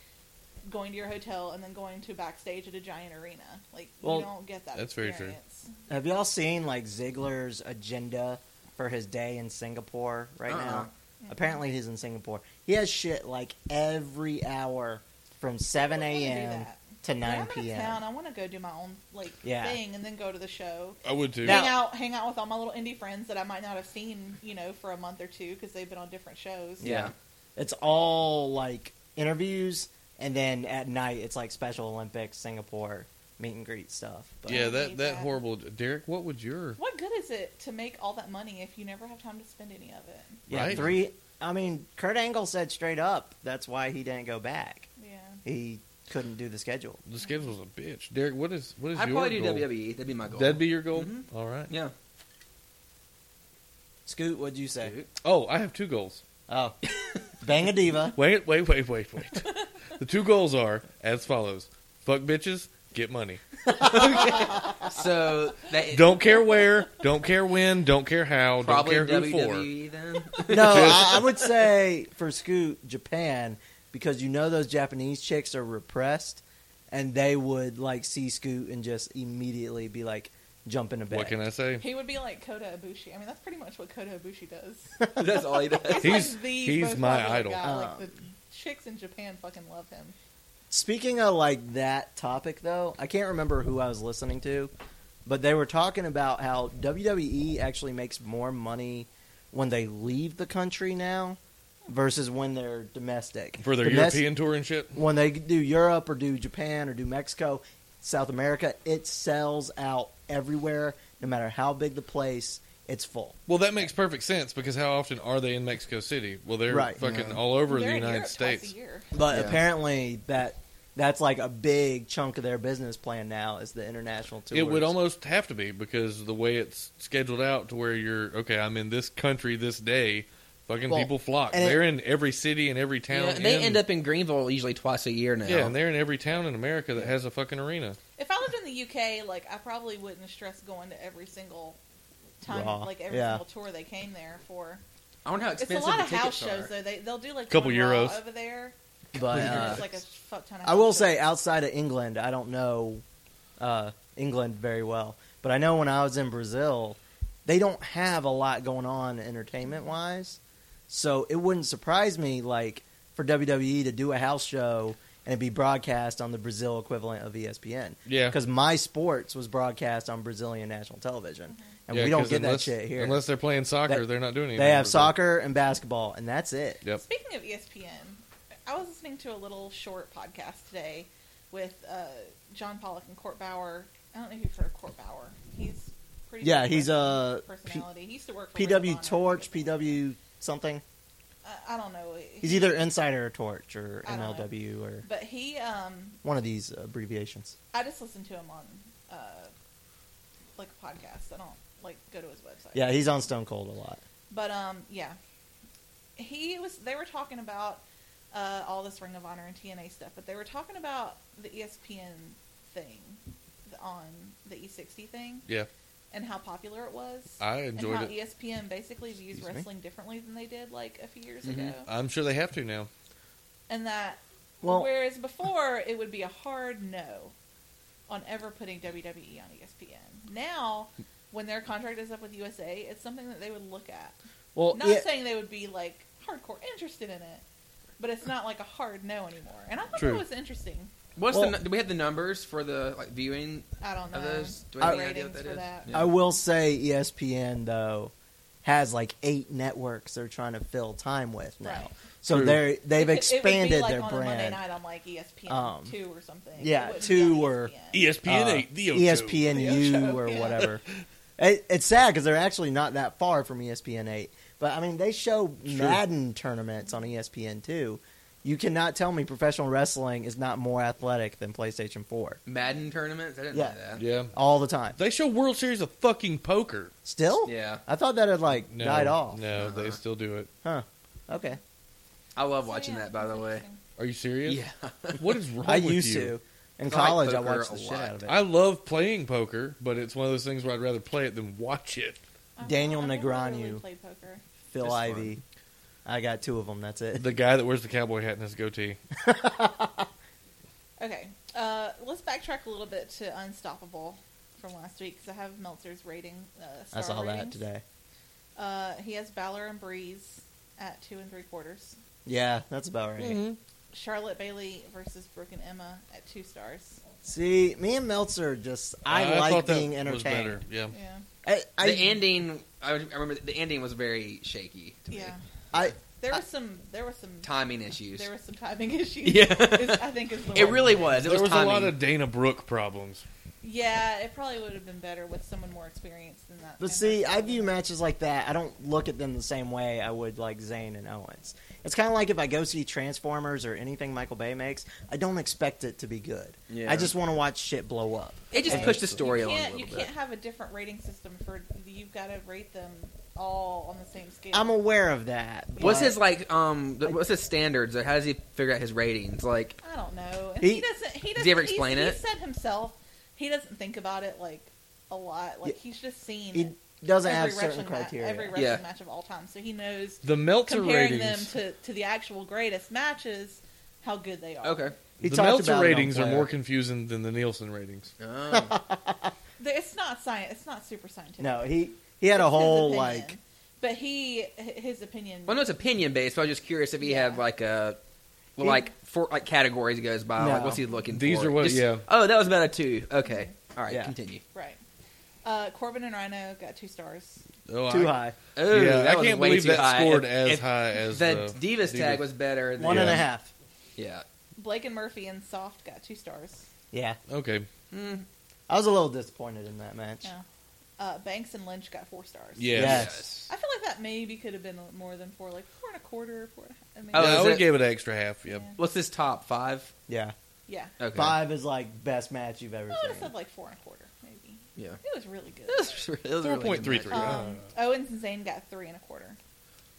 C: going to your hotel, and then going to backstage at a giant arena. Like
F: Well,
C: you don't get that.
E: that's very true.
C: experience.
F: Have y'all seen like Ziggler's agenda for his day in Singapore right
D: Uh-uh.
F: now? Apparently he's in Singapore. He has shit like every hour from 7
C: I wanna do
F: a.m.
C: that.
F: to 9
C: when I'm in
F: p.m.
C: town, I want to go do my own like
F: Yeah.
C: thing and then go to the show.
E: I would too.
F: Now-
C: hang out, hang out with all my little indie friends that I might not have seen, you know, for a month or two because they've been on different shows.
F: Yeah. It's all like interviews and then at night it's like Special Olympics, Singapore meet and greet stuff. But
E: yeah,
C: Yeah.
E: that that horrible Derek. What would your
C: What good is it to make all that money if you never have time to spend any of it?
F: yeah,
E: Right.
F: three I mean, Kurt Angle said straight up that's why he didn't go back.
C: Yeah.
F: He couldn't do the schedule.
E: the schedule's a bitch, Derek? What is what is
D: I'd
E: your
D: probably do
E: goal?
D: WWE. That'd be my goal.
E: That'd be your goal.
D: Mhm.
E: All right.
D: yeah.
F: Scoot, what'd you say?
E: Oh, I have two goals.
F: Oh, bang a diva.
E: Wait, wait, wait, wait, wait. the two goals are as follows: fuck bitches, get money.
C: Uh-uh.
D: So that
E: Don't care where, don't care when, don't care how,
D: probably E
E: don't care who
D: WWE then.
F: No, I, I would say for Scoot Japan because you know those Japanese chicks are repressed, and they would like see Scoot and just immediately be like jump in a
E: for.
F: bed.
E: What can I say?
C: He would be like Kota Ibushi. I mean, that's pretty much what Kota Ibushi does.
D: That's all he does.
E: He's-
C: like the
E: he's
C: most
E: my
C: popular
E: idol.
C: guy. Like,
F: Oh.
C: the chicks in Japan fucking love him.
F: Speaking of like that topic though, I can't remember who I was listening to, but they were talking about how WWE actually makes more money when they leave the country now versus when they're domestic.
E: For their
F: Domestic-
E: European tour and shit.
F: when they do Europe or do Japan or do Mexico, South America, it sells out everywhere, no matter how big the place, it's full.
E: Well, that makes perfect sense because how often are they in Mexico City? Well, they're
F: Right.
E: fucking
D: Yeah.
E: all over
C: They're
E: the
C: in
E: United
C: Europe
E: States.
C: Twice a year.
F: But
D: Yeah.
F: apparently that that's like a big chunk of their business plan now is the international tour.
E: It would almost have to be because the way it's scheduled out to where you're okay. I'm in this country this day. Fucking
F: Well,
E: people flock.
F: and it-
E: They're in every city and every town.
D: Yeah, and they
E: in-
D: end up in Greenville usually twice a year now.
E: yeah, and they're in every town in America that has a fucking arena.
C: If I lived in the UK, like I probably wouldn't stress going to every single time,
F: Raw.
C: like every
F: Yeah.
C: single tour they came there for.
D: I wonder how
C: It's
D: expensive
C: a lot
D: the
C: of house
D: tickets
C: shows
D: are.
C: though. They they'll do like
E: Couple
C: one Raw
E: euros.
C: over there.
F: but
C: and
F: uh,
C: it's like a fuck ton. Of
F: I
C: house
F: will
C: shows.
F: say outside of England, I don't know uh, England very well, but I know when I was in Brazil, they don't have a lot going on entertainment wise. So it wouldn't surprise me like for WWE to do a house show and it be broadcast on the Brazil equivalent of E ESPN.
E: Yeah.
F: Because my sports was broadcast on Brazilian national television, and
E: Yeah,
F: we don't
E: 'cause
F: get
E: unless-
F: that shit here.
E: Unless they're playing soccer,
F: That-
E: they're not doing anything.
F: they have
E: over there.
F: soccer and basketball, and that's it.
E: Yep.
C: Speaking of E ESPN, I was listening to a little short podcast today with uh, John Pollock and Court Bauer. I don't know if you've heard of Court Bauer. He's pretty.
F: Yeah,
C: big
F: he's a P-
C: personality. he used to work for Ring of Honor.
F: PW Torch, PW something.
C: I, I don't know.
F: He's either Insider or Torch or
C: I don't know.
F: MLW or
C: But he, um,
F: one of these abbreviations.
C: I just listened to him on uh, like a podcast. I don't like go to his website.
F: Yeah, he's on Stone Cold a lot.
C: But um, yeah, he was. They were talking about uh, all this Ring of Honor and TNA stuff, but they were talking about the E ESPN thing the, on the E60 thing
E: Yeah,
C: and how popular it was.
E: I enjoyed
C: and
E: it.
C: how E ESPN basically views
F: Excuse me?
C: wrestling differently than they did like a few years
D: Mhm.
C: ago,
E: I'm sure they have to now.
C: and that
F: Well-
C: whereas before it would be a hard no on ever putting WWE on E ESPN. Now, when their contract is up with USA, it's something that they would look at.
F: Well,
C: Not
F: yeah,
C: saying they would be like hardcore interested in it, but it's not like a hard no anymore. And I thought
E: True.
C: that was interesting.
D: What's
F: Well-
D: the? nu- Do we have the numbers for the like viewing
C: I don't know.
D: of those? Do we
C: The
D: have any idea
C: ratings
D: what that
C: for
D: is?
C: that.
D: Yeah.
F: I will say E ESPN though has like eight networks they're trying to fill time with now.
C: Right.
F: So
E: True.
F: they're they've
C: It-
F: expanded
C: it would be like
F: their
C: on A Monday
F: brand.
C: night on like E ESPN
F: Um,
C: two or something.
F: yeah,
C: It wouldn't be
F: two
C: on E
F: or-
C: ESPN.
E: ESPN
F: Uh,
E: eight, the Ocho.
F: ESPNU
C: Ocho,
F: or
C: yeah.
F: whatever. It, it's sad because they're actually not that far from E ESPN eight, but I mean they show Madden tournaments on E ESPN two. You cannot tell me professional wrestling is not more athletic than PlayStation four
D: Madden tournaments? I didn't
F: Yeah.
D: know that.
E: Yeah,
F: all the time.
E: they show World Series of fucking poker.
F: Still,
D: Yeah.
F: I thought that had like
E: No,
F: died off.
E: No, they still do it.
F: Huh. Okay.
D: I love
C: So,
D: watching
C: yeah,
D: that. By the
C: it's
D: way,
C: interesting.
E: Are you serious?
D: yeah,
E: What is wrong
F: I
E: with
F: used
E: you?
F: to. In
D: I like
F: college, I
D: poker
F: watched
D: a
F: the shit out of it.
E: I love playing poker, but it's one of those things where I'd rather play it than watch it.
C: I don't-
F: Daniel
C: I've never really
F: Negreanu.
C: played poker.
F: Phil
D: Just
F: Ivey. I got two of them. That's it.
E: The guy that wears the cowboy hat and his goatee.
C: Okay, uh, let's backtrack a little bit to Unstoppable from last week because I have Meltzer's rating. Uh, star
F: I saw that
C: ratings.
F: today.
C: Uh, he has Balor and Breeze at two and three quarters.
F: Yeah, that's about right.
E: Mm-hmm.
C: Charlotte Bailey versus Brooke and Emma at two stars.
F: See, me and Meltzer just I, like
E: thought that
F: being
E: Was
F: entertained.
E: better. Yeah.
C: Yeah,
F: I, I,
D: the ending, I, I remember the ending was very shaky to me.
C: yeah.
F: I
C: There was some. There was some.
D: Timing issues.
C: There was some timing issues.
D: Yeah.
C: is, I think is the
D: it
C: word.
D: really was. It
E: There was a
D: timing.
E: lot of Dana Brooke problems.
C: Yeah, it probably would have been better with someone more experienced than that.
F: but
C: kind of
F: see, I
C: person.
F: view matches like that. I don't look at them the same way I would like Zayn and Owens. It's kind of like if I go see Transformers or anything Michael Bay makes. I don't expect it to be good.
D: Yeah.
F: I just want to watch shit blow up.
D: It just
C: Hey,
D: pushed the story
C: you
D: along a
C: can't,
D: little
C: you
D: bit.
C: can't have a different rating system for you've got to rate them all on the same scale.
F: I'm aware of that.
D: What's
F: but-
D: his like? Um, th- what's his standards? Or how does he figure out his ratings? Like,
C: I don't know. And
F: He-
C: he, doesn't. He doesn't.
D: Does he ever
C: he's-
D: explain
C: he,
D: it?
C: said himself. He doesn't think about it like a lot. Like he's just seen
F: He doesn't
C: every
F: have certain
C: wrestling ma-
F: criteria.
C: every wrestling
D: Yeah.
C: match of all time, so he knows
E: The Meltzer
C: comparing
E: ratings.
C: them to, to the actual greatest matches how good they are.
D: okay,
F: He
E: the
F: talked
E: Meltzer
F: about it on
E: ratings are
F: Flair.
E: more confusing than the Nielsen ratings.
D: oh.
C: The- It's not science. It's not super scientific.
F: No, he he had
C: It's
F: a
C: his
F: whole
C: opinion.
F: like
C: But he h- his opinion.
D: well, no, it's opinion based. So I was just curious if he had
C: Yeah.
D: like a well,
F: He-
D: like four like categories he goes by. Like,
F: No.
D: what's he looking
E: These
D: for?
E: are what-
D: Just-
E: yeah.
D: Oh, that was about a two. Okay, all right,
F: Yeah.
D: continue.
C: Right. Uh, Corbin and Rhino got two stars.
E: Oh,
F: too
E: I,
F: high.
D: Oh,
E: Yeah,
D: that
E: I
D: was
E: can't
D: way
E: believe
D: too
E: that
D: high.
E: scored
D: If-
E: as
D: if
E: high as
D: the, Divas tag
E: Divas.
D: was better. Than,
F: One and a
E: Yeah.
F: half.
D: Yeah,
C: Blake and Murphy and Soft got two stars.
F: Yeah,
E: Okay.
F: I was a little disappointed in that match.
C: Yeah. Uh, Banks and Lynch got four stars.
E: Yes.
F: Yes.
C: I feel like that maybe could have been more than four, like four and a quarter, four and a half. I mean,
D: Oh,
E: yeah,
D: is
E: I would
D: it-
E: gave it an extra half. Yep.
C: Yeah.
D: What's this top five?
F: Yeah,
C: yeah.
D: Okay,
F: five is like best match you've ever
C: I would have
F: seen.
C: said like four and a quarter, maybe.
D: Yeah,
C: It was really good.
D: It was really- it was a really good
E: 4.33.
D: match.
C: Um, Owens and Zane got three and a quarter.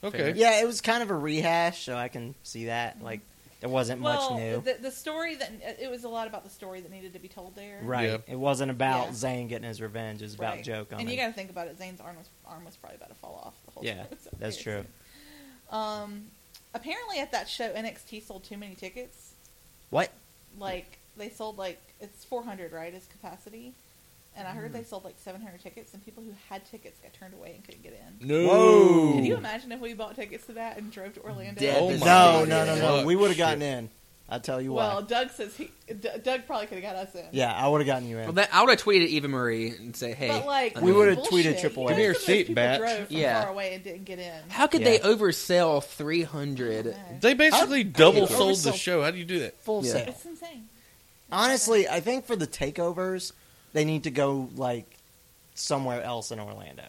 E: Okay.
F: Yeah, it was kind of a rehash, so I can see that. Like there wasn't
C: well,
F: much new.
C: The, the story that it was a lot about the story that needed to be told there.
F: right.
E: Yeah.
F: It wasn't about
C: Yeah.
F: Zayn getting his revenge. It was about
C: Right.
F: Joe coming.
C: And you got to think about it. Zane's arm was arm was probably about to fall off the whole
F: yeah,
C: time. So
F: that's true.
C: it's- Um, apparently at that show, NXT sold too many tickets.
F: What?
C: Like they sold like it's 400, right? Is capacity. And I heard
F: Hmm.
C: they sold like 700 tickets, and people who had tickets got turned away and couldn't get in.
E: No.
F: Whoa.
C: Can you imagine if we bought tickets to that and drove to Orlando?
D: Dead.
E: Oh my
D: No,
F: No,
E: God.
F: no, no, no.
E: Fuck
F: We would
E: shit.
F: have gotten in. I tell you
C: Well,
F: what.
C: Doug says he. D- Doug probably could have got us in.
F: Yeah, I would have gotten you in.
D: Well, that, I would have tweeted Eva Marie and say, "Hey,
C: But like
D: I
F: We
D: mean,
F: would've
C: bullshit.
F: tweeted
C: You know,
F: Triple H.
E: Give me your
C: some of those
E: seat,
C: people
E: bitch.
C: Drove from
D: Yeah.
C: far away and didn't get in.
D: How could
F: Yeah.
D: they oversell 300?
C: Okay.
E: They basically double
F: Oversold.
E: sold the show. How do you do that?
F: Full
D: Yeah.
F: sale.
C: It's insane.
F: Honestly, I think for the takeovers, they need to go like somewhere else in Orlando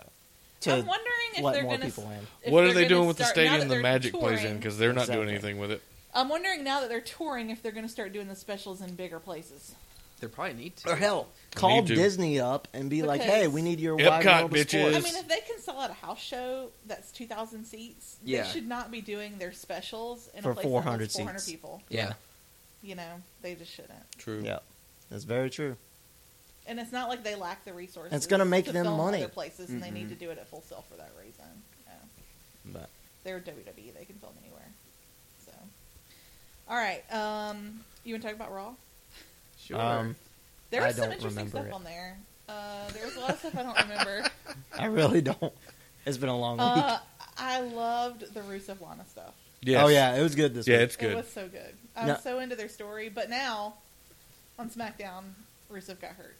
F: to
C: I'm wondering if
F: let
C: they're
F: more
C: gonna.
F: people in.
C: if
E: what are
C: they're
E: they
C: gonna
E: doing with the
C: start- now
E: stadium
C: that
E: the
C: they're
E: Magic plays in?
C: touring-
E: Because they're not doing
F: Exactly.
E: anything with it.
C: I'm wondering now that they're touring if they're going to start doing the specials in bigger places.
D: They probably need to.
F: Or hell, call
E: to.
F: Disney up and be like, "Hey, we need your wide
E: Epcot,
F: world of
E: bitches.
F: sports."
C: I mean, if they can sell out a house show that's 2,000 seats,
D: Yeah.
C: they should not be doing their specials in
F: For
C: a place
F: 400
C: that holds 400
F: seats.
C: people.
D: Yeah.
C: You know, they just shouldn't.
E: True.
F: yeah, that's very true.
C: And it's not like they lack the resources.
F: It's gonna make
C: to
F: them
C: film
F: money.
C: Other places, and they need to do it at full sale for that reason. No.
F: But
C: They're WWE; they can film anywhere. So, all right. Um, you want to talk about Raw?
D: Sure.
F: um,
C: There
F: I
C: was some
F: don't
C: interesting
F: remember
C: stuff
F: it.
C: on there. Uh, there was a lot of stuff I don't remember.
F: I really don't. It's been a long week.
C: Uh, I loved the Rusev Lana stuff.
E: Yes.
F: Oh yeah, it was good this
E: Yeah,
F: week.
E: it's
C: It
E: good.
C: was so good. I
F: No.
C: was so into their story, but now on SmackDown, Rusev got hurt.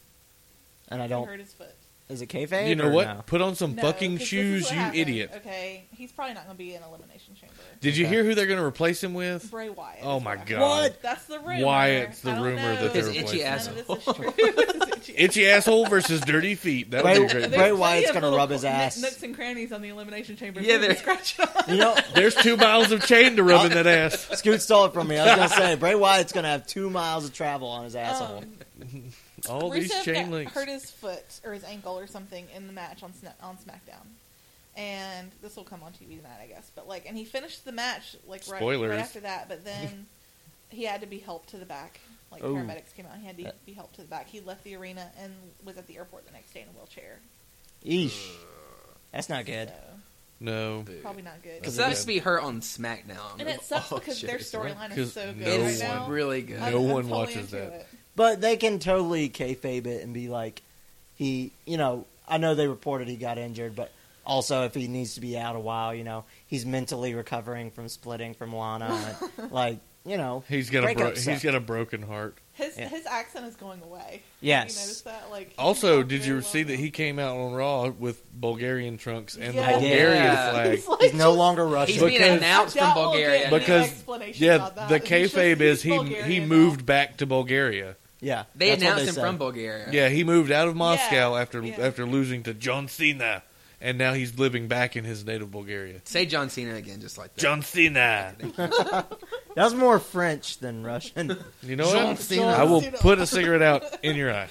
F: And I
C: He
F: don't.
C: hurt his foot.
F: Is it kayfabe?
E: You know
F: or
E: what?
F: no?
E: Put on some
C: No, 'cause
E: fucking
C: this is
E: shoes,
C: what
E: you
C: happened.
E: idiot.
C: Okay, he's probably not going to be in Elimination Chamber.
E: Did you
F: Okay.
E: hear who they're going to replace him with?
C: Bray Wyatt.
E: Oh
C: is
E: my
C: I heard.
E: god.
F: What?
C: That's the rumor.
E: Wyatt's the
C: I don't
E: rumor
C: know.
E: that they're
D: His itchy
E: replacing.
C: None
E: him.
C: of this is true. It's itchy.
E: Itchy asshole versus dirty feet. That would
F: Bray-
E: be great.
F: Bray
C: There's
F: Wyatt's
C: plenty of
F: gonna
C: little
F: rub his ass.
C: Nooks and crannies on the Elimination Chamber.
D: Yeah,
C: You can
D: there-
C: scratch on.
F: You know,
E: There's two miles of chain to rub in that ass.
F: Scoot stole it from me. I was gonna say Bray Wyatt's gonna have two miles of travel on his asshole.
C: Um,
E: All
C: Rusev
E: these chain
C: got-
E: links.
C: hurt his foot or his ankle or something in the match on Sna- on SmackDown, and this will come on TV tonight, I guess. But like, and he finished the match like right,
E: Spoilers.
C: right after that, but then he had to be helped to the back. Like
F: Ooh.
C: paramedics came out, he had
E: Uh.
C: to be helped to the back. He left the arena and was at the airport the next day in a wheelchair.
F: Eesh, that's not good.
C: So,
E: No.
C: Probably not good.
D: Because
E: That'd
D: that
E: be
D: used to be her on SmackDown.
C: And it sucks because their storyline
E: 'Cause
C: is so good
E: no
C: right
D: is
E: one-
C: now.
D: really good.
E: No one
C: totally
E: watches
C: into
E: that.
C: it.
F: But they can totally kayfabe it and be like, he, you know, I know they reported he got injured, but also if he needs to be out a while, you know, he's mentally recovering from splitting from Lana. and, like, you know,
E: He's got a bro-
F: breakups
E: he's
F: suck.
E: got a broken heart.
C: His
F: Yeah.
C: his accent is going away.
F: Yes.
C: You notice that? Like he
E: Also,
C: talks
E: did
C: very
E: you
C: well
E: see that
C: now.
E: he came out on Raw with Bulgarian trunks and
C: Yeah.
E: the Bulgarian
D: Yeah.
E: flag?
C: He's like,
F: He's no
C: just-
F: longer
D: He's
F: Russian.
D: being
E: Because-
D: announced
C: I
D: from
C: doubt we'll
D: Bulgaria.
C: get any
E: Because-
C: explanation
E: Yeah,
C: about that.
E: the
C: It's just-
E: kayfabe
C: he's
E: is he
C: Bulgarian
E: he
C: now.
E: moved back to Bulgaria.
F: yeah.
D: they
F: that's what
D: announced him
F: said.
D: from Bulgaria.
E: Yeah, he moved out of Moscow
C: Yeah,
E: after
C: yeah.
E: after losing to John Cena, and now he's living back in his native Bulgaria.
D: Say John Cena again, just like that.
E: John Cena.
F: That was more French than Russian.
E: You know
D: John
E: what?
D: Cena.
E: I will
C: Cena.
E: put a cigarette out in your eye.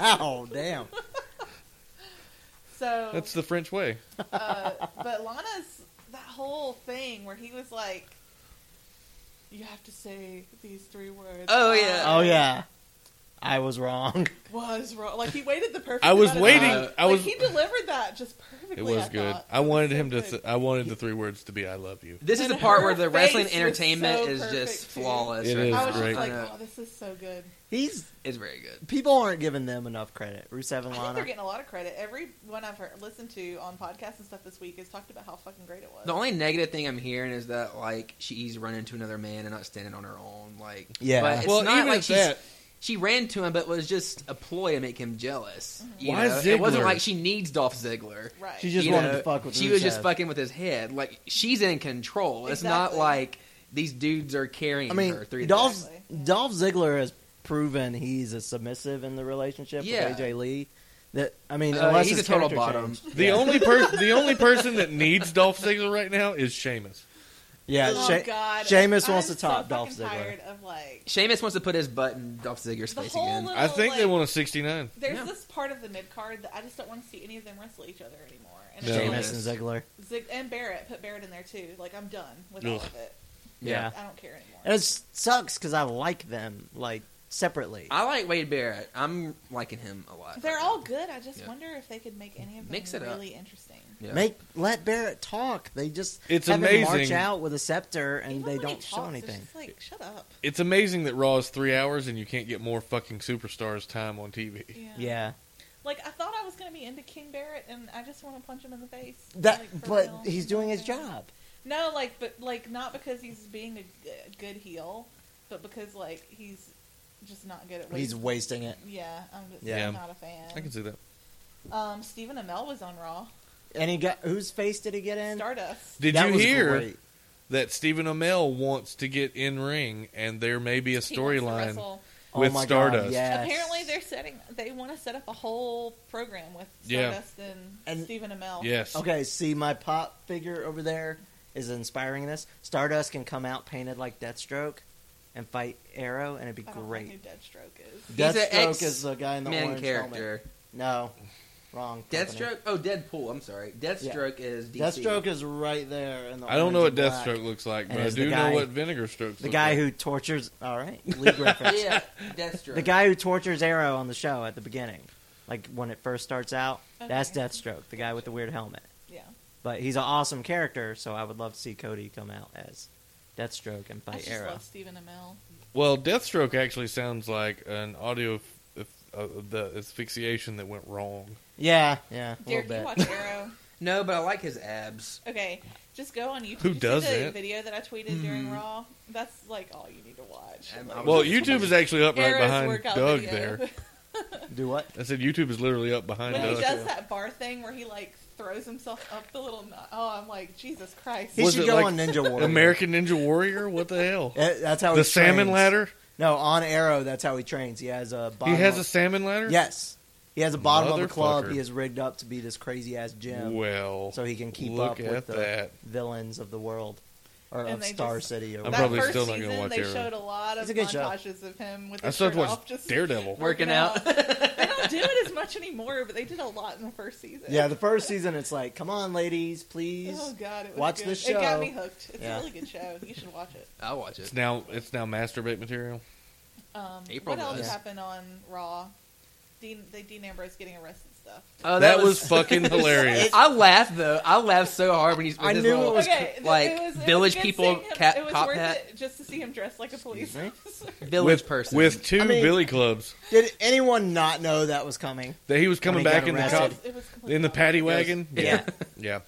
F: Ow, Oh, damn.
C: So,
E: That's the French way.
C: uh, but Lana's that whole thing where he was like, "You have to say these three words."
D: Oh, yeah.
F: Oh, yeah. I was wrong.
C: I was wrong. Like he waited the perfect.
E: I was
C: amount of
E: waiting.
C: time.
E: I
C: Like,
E: was.
C: he delivered that just perfectly.
E: It was
C: I
E: good.
C: thought.
E: I wanted
C: So
E: him to.
C: good.
E: Th- I wanted the three words to be "I love you."
D: This is
C: And
D: the part where
C: her
D: the wrestling
C: face was
D: entertainment
C: so
D: is
C: perfect,
D: just
C: too.
D: flawless.
E: It
D: right
E: is
D: now.
C: I was
E: great.
C: just like,
D: I know.
C: "Wow, this is so good."
F: He's
D: it's very good.
F: people aren't giving them enough credit. Rusev and
C: I think they're
F: Lana.
C: getting a lot of credit. Everyone I've heard, listened to on podcasts and stuff this week has talked about how fucking great it was.
D: The only negative thing I'm hearing is that like she's running to another man and not standing on her own. Like,
F: Yeah.
D: but it's
E: well,
D: not
E: even
D: like
E: at
D: she's-
E: that,
D: she ran to him, but was just a ploy to make him jealous. You
E: Why
D: know? It wasn't
E: Ziggler?
D: like she needs Dolph Ziggler.
C: right.
F: She just
D: You
F: wanted
D: know,
F: to fuck with.
D: She was just
F: Rusev.
D: fucking with his head. Like she's in control. It's not
C: Exactly.
D: like these dudes are carrying
F: I mean,
D: her through
F: Dolph
D: this.
C: Exactly.
F: Dolph Ziggler has proven he's a submissive in the relationship
D: Yeah.
F: with AJ Lee. That I mean,
D: Uh,
F: unless
D: he's
F: his
D: a total
F: character
D: bottom.
F: changed.
E: the
F: yeah.
E: only per- the only person that needs Dolph Ziggler right now is Sheamus.
F: yeah,
C: oh,
F: Sha-
C: God.
F: Sheamus wants
C: I'm
F: to top
C: so
F: Dolph
C: fucking
F: Ziggler.
C: Tired of like
D: Sheamus wants to put his butt in Dolph Ziggler's
C: the
D: face
C: whole
D: again.
C: little.
E: I think
C: like,
E: they want a sixty-nine.
C: There's
D: Yeah.
C: this part of the mid card that I just don't want to see any of them wrestle each other anymore. And
E: No.
C: it's
F: Sheamus and Ziggler.
C: like, Zig- and Barrett put Barrett in there too. Like I'm done with all
E: Ugh.
C: of it.
F: Yeah,
C: I don't care anymore.
F: and it sucks because I like them like separately.
D: I like Wade Barrett. I'm liking him a lot.
C: They're all good. I just
D: Yeah.
C: wonder if they could make any of them
D: Mix it up.
C: really interesting.
D: Yeah.
F: Make let Barrett talk. They just
E: It's
F: have him march
E: amazing.
F: out with a scepter and
C: Even
F: they
C: when
F: don't
C: he
F: show
C: talks, it's
F: anything.
C: just like shut up.
E: It's amazing that Raw is three hours and you can't get more fucking superstars time on TV.
C: Yeah.
F: Yeah,
C: Like I thought I was gonna be into King Barrett, and I just want to punch him in the face.
F: that.
C: Like, for real.
F: but he's doing his
C: Okay.
F: job.
C: No, like, but like not because he's being a g- good heel, but because like he's just not good at.
F: He's
C: wasting-
F: wasting it.
C: Yeah, I'm just
F: Yeah.
C: I'm not a fan.
E: I can see that.
C: Um, Stephen Amell was on Raw.
F: And he got whose face did he get in?
C: Stardust.
E: Did
F: That
E: you
F: was
E: hear
F: great.
E: that Stephen Amell wants to get in ring and there may be a
C: He wants to
E: storyline?
C: wrestle.
F: Oh
E: with
F: my
E: Stardust?
F: God, yes.
C: Apparently, they're setting. They want to set up a whole program with
E: Yeah.
C: Stardust and,
F: And-
C: Stephen Amell.
E: Yes.
F: Okay, see my pop figure over there is inspiring this. Stardust can come out painted like Deathstroke and fight Arrow, and it'd be
C: I don't know who
F: great.
C: Deathstroke is.
D: He's a
F: Deathstroke
D: ex-
F: is the guy in the
D: Man
F: orange helmet.
D: character.
F: No, wrong. company.
D: Deathstroke. Oh, Deadpool. I'm sorry. Deathstroke is DC.
F: Deathstroke is right there in the.
E: I don't know what
F: orange and black.
E: Deathstroke looks like, but
F: And
E: I
F: it's the
E: do
F: guy-
E: know what Vinegar Stroke.
F: The guy who tortures. All right, Lee Griffin.
D: yeah, Deathstroke.
F: The guy who tortures Arrow on the show at the beginning, like when it first starts out. That's
C: Okay.
F: Deathstroke, the guy with the weird helmet.
C: Yeah.
F: But he's an awesome character, so I would love to see Cody come out as Deathstroke and
C: I
F: fight
C: just
F: Arrow.
C: love Stephen Amell.
E: Well, Deathstroke actually sounds like an audio f- f- uh, the asphyxiation that went wrong.
F: Yeah, yeah, a
C: Derek, you
F: little
C: watch
F: bit.
C: Arrow.
D: no, but I like his abs.
C: Okay, just go on YouTube.
E: Who Mm-hmm.
C: You see
E: does
C: the
E: it?
C: Video that I tweeted during Raw. That's like all you need to watch.
D: And
C: Like,
D: I was
E: Well,
D: just-
E: YouTube is actually up right
C: Arrow's
E: behind
C: workout
E: Doug
C: video.
E: there.
F: Do what?
E: I said YouTube is literally up behind
C: when he
E: Doug.
C: does that bar thing where he like throws himself up the little. kno- Oh, I'm like Jesus Christ.
F: He
E: Was
F: should
E: it
F: go
E: like
F: on Ninja Warrior.
E: American Ninja Warrior? What the hell?
F: Eh, That's how
E: the
F: he
E: salmon
F: trains.
E: ladder?
F: No, on Arrow, that's how he trains. He has a. Bottom
E: He has
F: of-
E: a salmon ladder?
F: Yes, he has a bottom of a club.
E: Motherfucker.
F: He is rigged up to be this crazy ass gym,
E: Well,
F: so he can keep
E: look
F: up
E: at
F: with the
E: that.
F: villains of the world or
C: And
F: of
C: they
F: Star
C: just-
F: City. Or
E: I'm
C: that
E: probably
C: first
E: still not gonna
C: season,
E: watch
C: they
E: Arrow.
C: showed a lot of
F: It's a good show.
C: montages of him with
E: I
C: his
E: still
C: shirt
E: have to
C: off,
E: watch
C: just
E: Daredevil.
D: Working out.
C: they don't do it as much anymore, but they did a lot in the first season.
F: yeah, the first season, it's like, come on, ladies, please.
C: Oh God! It was
F: watch
C: good.
F: this
C: It
F: show.
C: got me hooked. It's
F: Yeah.
C: a really good show. You should watch it.
D: I'll watch it.
E: It's now it's now masturbate material.
C: Um,
D: April
C: what else
D: does.
C: happened on Raw? Dean, they Dean Ambrose getting arrested stuff.
D: Oh,
E: that was fucking hilarious.
D: I laughed though. I laughed so hard when he. When
F: I
D: this
F: knew
D: little,
F: it was
C: okay, th-
D: like
C: it was, it was
D: village
C: good
D: people
C: seeing him.
D: cat-
C: it was
D: cop
C: worth
D: hat.
C: it just to see him dressed like a police
F: Excuse me?
C: officer.
D: village
E: with
D: person
E: with two
F: I mean-
E: billy clubs
F: Did anyone not know that was coming?
E: that he was coming
F: he
E: back
F: got
E: in the
C: It
E: cop,
F: arrested.
C: was, it was completely
E: in the paddy wagon.
F: Yeah.
E: yeah.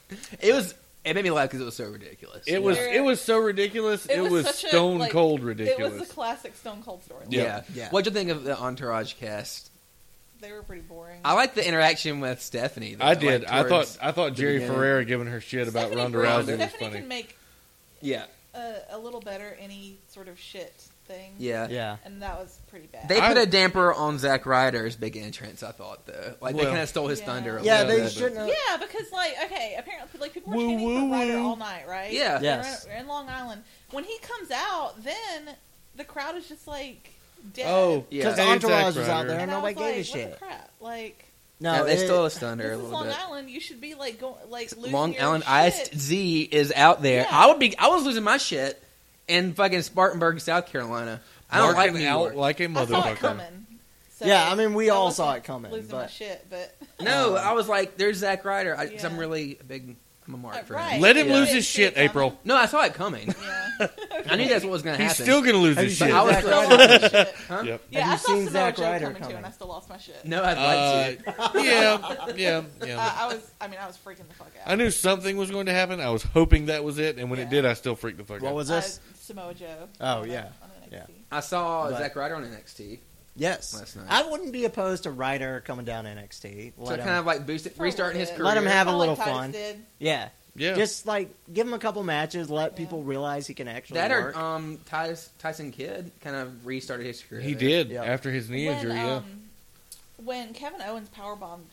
D: It was. It made me laugh because it was so ridiculous.
E: It was it was so ridiculous. It,
C: It was
E: was,
C: such a,
E: stone
C: like,
E: cold
C: It
E: ridiculous.
C: was the classic Stone Cold story.
E: Yeah.
D: Yeah.
F: Yeah.
D: What'd you think of the Entourage cast?
C: They were pretty boring.
D: I like the interaction with Stephanie. though.
E: I did.
D: Like,
E: I
D: towards-
E: thought I thought Jerry
D: beginning.
E: Ferrera giving her shit about
C: Stephanie
E: Ronda
C: Brown-
E: Rousey was
C: Stephanie
E: funny.
C: can make
D: Yeah.
C: a, a little better any sort of shit thing.
D: Yeah.
F: Yeah.
C: And that was pretty bad.
D: They put
E: I-
D: a damper on Zack Ryder's big entrance. I thought though, like they
E: Well-
D: kind of stole his
C: Yeah.
D: thunder. A
F: Yeah,
D: little
F: they
D: bit,
F: shouldn't have.
C: yeah, because like okay, apparently like people were
E: Woo,
C: chanting
E: woo,
C: for Ryder
E: woo.
C: all night, right?
D: Yeah.
C: They're in-
F: Yes.
C: they're in Long Island. When he comes out, then the crowd is just like dead.
E: Oh,
D: Yeah.
F: Because
E: Hey,
F: Entourage
E: Zack
F: was out
E: Ryder.
F: there
C: and
F: and,
C: I
F: nobody
C: was like,
F: gave a
C: what
F: shit.
C: the crap? Like
F: No,
D: yeah, they
F: it-
D: stole his thunder
C: this
D: a
C: is
D: little
C: Long
D: bit.
C: Island. You should be like going like losing
D: Long
C: your
D: Island
C: shit.
D: ISZ is out there.
C: Yeah.
D: I would be. I was losing my shit in fucking Spartanburg, South Carolina. I don't like
E: Barking
D: New
E: out
D: York.
E: like a
C: I saw it
E: motherfucker.
C: coming. So
F: Yeah, I mean, we
C: I
F: all
C: wasn't
F: saw it coming,
C: Losing my
F: but-
C: shit, but
D: no,
F: Um,
D: I was like, "There's Zack Ryder." I, 'cause I'm
C: Yeah.
D: really a big. I'm a mark
C: Uh,
D: for
C: right.
D: him.
E: Let him
D: Yeah.
E: lose
C: You
E: his
C: didn't
E: shit,
C: see it
E: April.
D: No, I saw it coming.
C: Yeah.
D: I knew that's what was going to
E: He's
D: happen.
E: still gonna lose his
D: But
E: shit.
D: I was
F: Zack
D: throwing
F: Ryder?
D: my shit. Huh?
E: Yep.
C: Yeah,
F: Have
C: I
F: you
C: saw
F: seen
C: Samoa
F: Zack
C: Joe
F: Ryder
C: coming, too,
F: coming?
C: and I still lost my shit.
D: No, I'd like
E: Uh,
D: to.
E: yeah, yeah,
C: I,
E: yeah.
C: I was. I mean, I was freaking the fuck out.
E: I knew something was going to happen. I was hoping that was it, and when it
C: Yeah.
E: did, I still freaked the fuck
F: What
E: out.
F: was this?
C: Uh, Samoa Joe.
F: Oh,
C: on the-
F: yeah.
C: on the NXT.
F: Yeah.
D: I saw
F: Uh, But-
D: Zack Ryder on NXT.
F: Yes.
D: Last night.
F: I wouldn't be opposed to Ryder coming down NXT.
D: So
F: Let him,
D: kind of like boosting,
C: For a
D: restarting his
C: little
D: career.
C: bit.
F: Let him have a
C: Kinda
F: little
C: like Titus
F: fun.
C: did.
F: yeah.
E: Yeah,
F: Just like give him a couple matches, let
C: Yeah.
F: people realize he can actually
D: that
F: work.
D: or um, Titus, Tyson Kidd kind of restarted his career.
E: he
D: there.
E: did
F: Yeah.
E: after his knee injury.
C: When,
E: Yeah,
C: um, when Kevin Owens powerbombed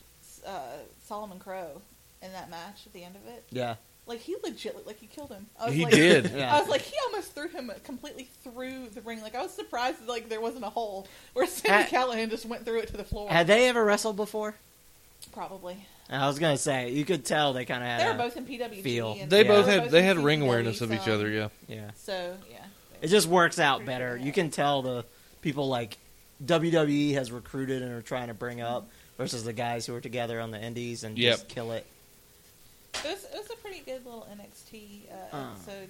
C: uh, Solomon Crowe in that match at the end of it,
F: yeah.
C: like he legit looked like he killed him. I was
E: he
C: like,
E: did.
F: Yeah.
C: I was like, he almost threw him completely through the ring. Like I was surprised that, like there wasn't a hole where Sammy
F: Had-
C: Callahan just went through it to the floor.
F: Had they ever wrestled before?
C: Probably.
F: I was gonna say you could tell they kind of had.
C: They were
F: a-
C: both in PWG.
F: feel.
C: and
E: They
F: Yeah.
E: both
C: were
E: had they
C: in
E: had ring
C: CCW,
E: awareness of each
C: so-
E: other. Yeah,
F: Yeah.
C: So yeah,
F: It just works out
C: Pretty
F: better.
C: sure, yeah.
F: You can tell the people like WWE has recruited and are trying to bring up versus the guys who are together on the indies and just
E: Yep.
F: kill it.
C: it was, it was a pretty good little NXT uh,
F: Oh.
C: episode.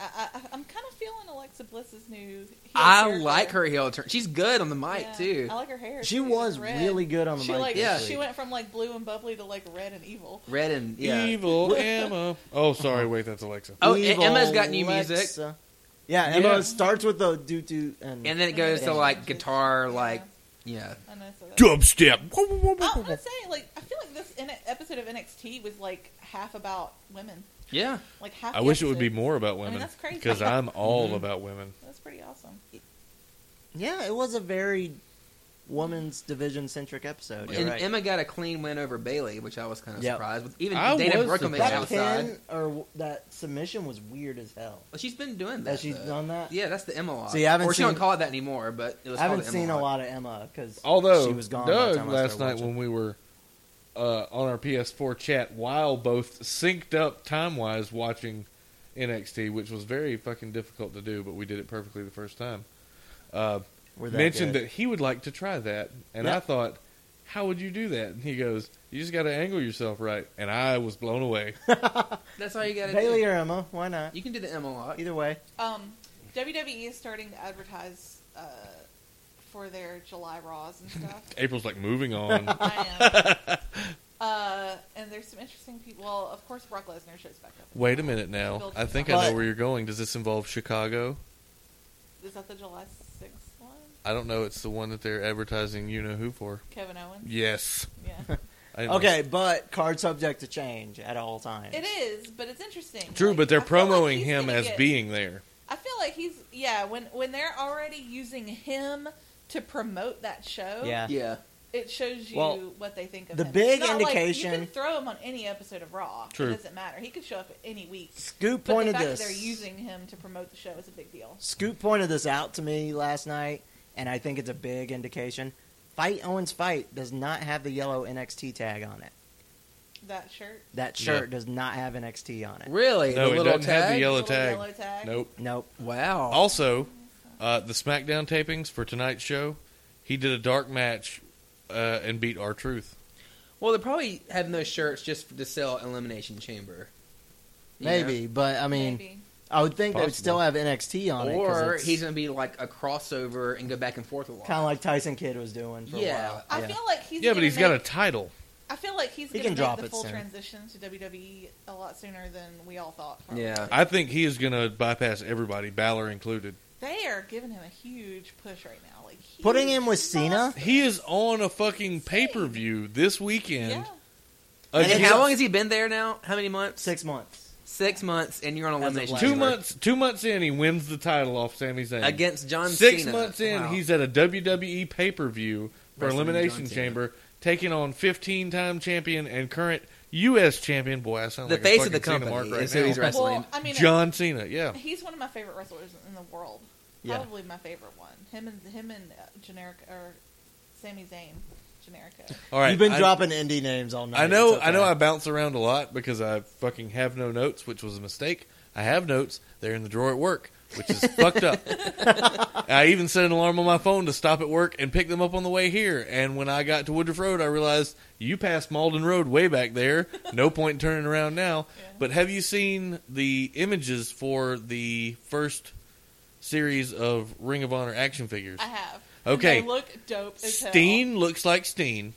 C: I, I, I'm kind of feeling Alexa Bliss's new. heel
D: I
C: character.
D: like her heel turn. She's good on the mic
C: Yeah,
D: too.
C: I like her hair.
F: She
C: too.
F: was
C: Red.
F: really good on the
C: She
F: mic.
C: like
F: this
D: Yeah.
C: she
F: week.
C: went from like blue and bubbly to like red and evil.
D: Red and yeah.
E: evil Emma. Oh, sorry, wait, that's Alexa.
F: Uh,
D: Oh, and
F: Evil
D: Emma's got new music,
F: Lexa. Yeah,
E: Yeah.
F: Emma starts with the doo doo and,
D: and then it goes to
F: Yeah.
D: like guitar, like yeah.
C: I know. So that's- Oh,
E: Dubstep.
C: I was saying, like, I feel like this in- episode of NXT was like half about women.
D: Yeah,
C: Like half.
E: I
C: the
E: wish it would be
C: episode.
E: more about
C: mean,
E: women
C: that's crazy.
E: because I'm all
F: Mm-hmm.
D: Mhm.
E: about women.
C: That's pretty awesome.
F: yeah, it was a very woman's division centric episode. You're
D: and
F: right.
D: Emma got a clean win over Bailey, which I was kind of
F: Yep.
D: surprised. With. Even
E: I
D: Dana
E: was
D: Brooke on the
E: surprised.
F: that
D: outside.
F: pin or w- that submission was weird as hell.
D: Well, she's been doing that.
F: That she's
D: though.
F: done that.
D: Yeah, that's the Emma lock.
F: See, I haven't
D: or she don't
F: seen-
D: call it that anymore, but it was.
F: I haven't
D: called the Emma
F: seen a
D: lock.
F: lot of Emma because
E: Although
F: she was gone by the
E: Doug
F: time I
E: last
F: started
E: night
F: watching.
E: when we were uh, on our PS4 chat, while both synced up time wise watching NXT, which was very fucking difficult to do, but we did it perfectly the first time. Uh,
F: We're that
E: mentioned
F: good.
E: that he would like to try that, and
F: Yeah.
E: I thought, "How would you do that?" And he goes, "You just got to angle yourself right," and I was blown away.
D: That's all you got to
F: Bailey
D: do.
F: or Emma, why not?
D: You can do the Emma lock.
F: Either way,
C: Um, WWE is starting to advertise uh, for their July Raws and stuff.
E: April's like moving on.
C: I am. Uh, and there's some interesting people. Well, of course, Brock Lesnar shows back up.
E: Wait a minute now. I think I
F: But-
E: know where you're going. Does this involve Chicago?
C: Is that the July 6th one?
E: I don't know. It's the one that they're advertising you know who for.
C: Kevin Owens?
E: Yes.
C: Yeah.
E: I didn't
F: okay, but card subject to change at all times.
C: it is, but it's interesting.
E: know. True,
C: Like,
E: but they're
C: I feel like
E: promoting
C: he's
E: him
C: gonna
E: as
C: get-
E: being there.
C: I feel like he's, yeah, when, when they're already using him to promote that show,
F: Yeah.
D: Yeah,
C: it shows you
F: Well,
C: what they think of
F: the
C: him.
F: big
C: It's not Like,
F: indication-
C: you can throw him on any episode of Raw.
E: True.
C: It doesn't matter. He could show up any week.
F: Scoop
C: But
F: pointed
C: the fact
F: this.
C: that they're using him to promote the show is a big deal.
F: Scoop pointed this out to me last night, and I think it's a big indication. Fight Owens Fight does not have the yellow NXT tag on it.
C: That shirt.
F: That shirt does not have NXT on it.
D: really.
E: No,
D: the
E: it
D: little
E: doesn't
D: tag.
E: have the yellow
C: Little
E: tag. Oh.
C: yellow tag.
E: Nope.
F: Nope.
D: Wow.
E: Also, uh, the SmackDown tapings for tonight's show, he did a dark match uh, and beat R Truth.
D: Well, they probably have those shirts just to sell Elimination Chamber. You know?
F: Maybe, but I mean,
C: Maybe.
F: I would think they would
E: Possible.
F: still have NXT on it. 'cause
D: Or
F: it's
D: he's going to be like a crossover and go back and forth a lot.
F: kind of like Tyson Kidd was doing for
D: Yeah.
F: a while.
C: I feel like he's
E: Yeah, but
C: gonna
E: he's got a
C: make-
E: title.
C: I feel like he's
F: He
C: going
F: can
C: to make
F: drop
C: the
F: it
C: full
F: soon.
C: transition to WWE a lot sooner than we all thought. probably.
D: yeah.
E: I think he is going to bypass everybody, Balor included.
C: they are giving him a huge push right now. Like huge
F: Putting him with Cena?
E: He is on a fucking pay per view this weekend.
C: Yeah.
D: And
E: against-
D: how long has he been there now? How many months?
F: Six months.
D: Six months, and you're on Elimination
F: last
E: Two
D: Chamber.
E: months. Two months in, he wins the title off Sami Zayn.
D: Against John
E: Six
D: Cena.
E: months in,
D: Wow.
E: he's at a WWE pay per view for
D: Wrestling John
E: Elimination
D: Cena.
E: Chamber, taking on 15 time champion and current U.S. champion. Boy, I sound
D: the
E: like
D: face
E: a
D: of the
E: fucking Cena
D: company.
E: Mark right
D: is who he's
E: now.
D: wrestling.
C: Well, I mean,
E: John Cena, yeah.
C: he's one of my favorite wrestlers in the world.
F: Yeah.
C: Probably my favorite one. Him and him and uh, generic or Sami Zayn, generica.
E: All right,
F: You've been
E: I,
F: dropping indie names all night.
E: I know,
F: It's
E: I know,
F: okay.
E: I bounce around a lot because I fucking have no notes, which was a mistake. I have notes; they're in the drawer at work, which is fucked up. I even set an alarm on my phone to stop at work and pick them up on the way here. And when I got to Woodruff Road, I realized you passed Malden Road way back there. No point in turning around now. But have you seen the images for the first series of Ring of Honor action figures?
C: I have.
E: Okay.
C: And they look dope as hell.
E: Steen looks like Steen.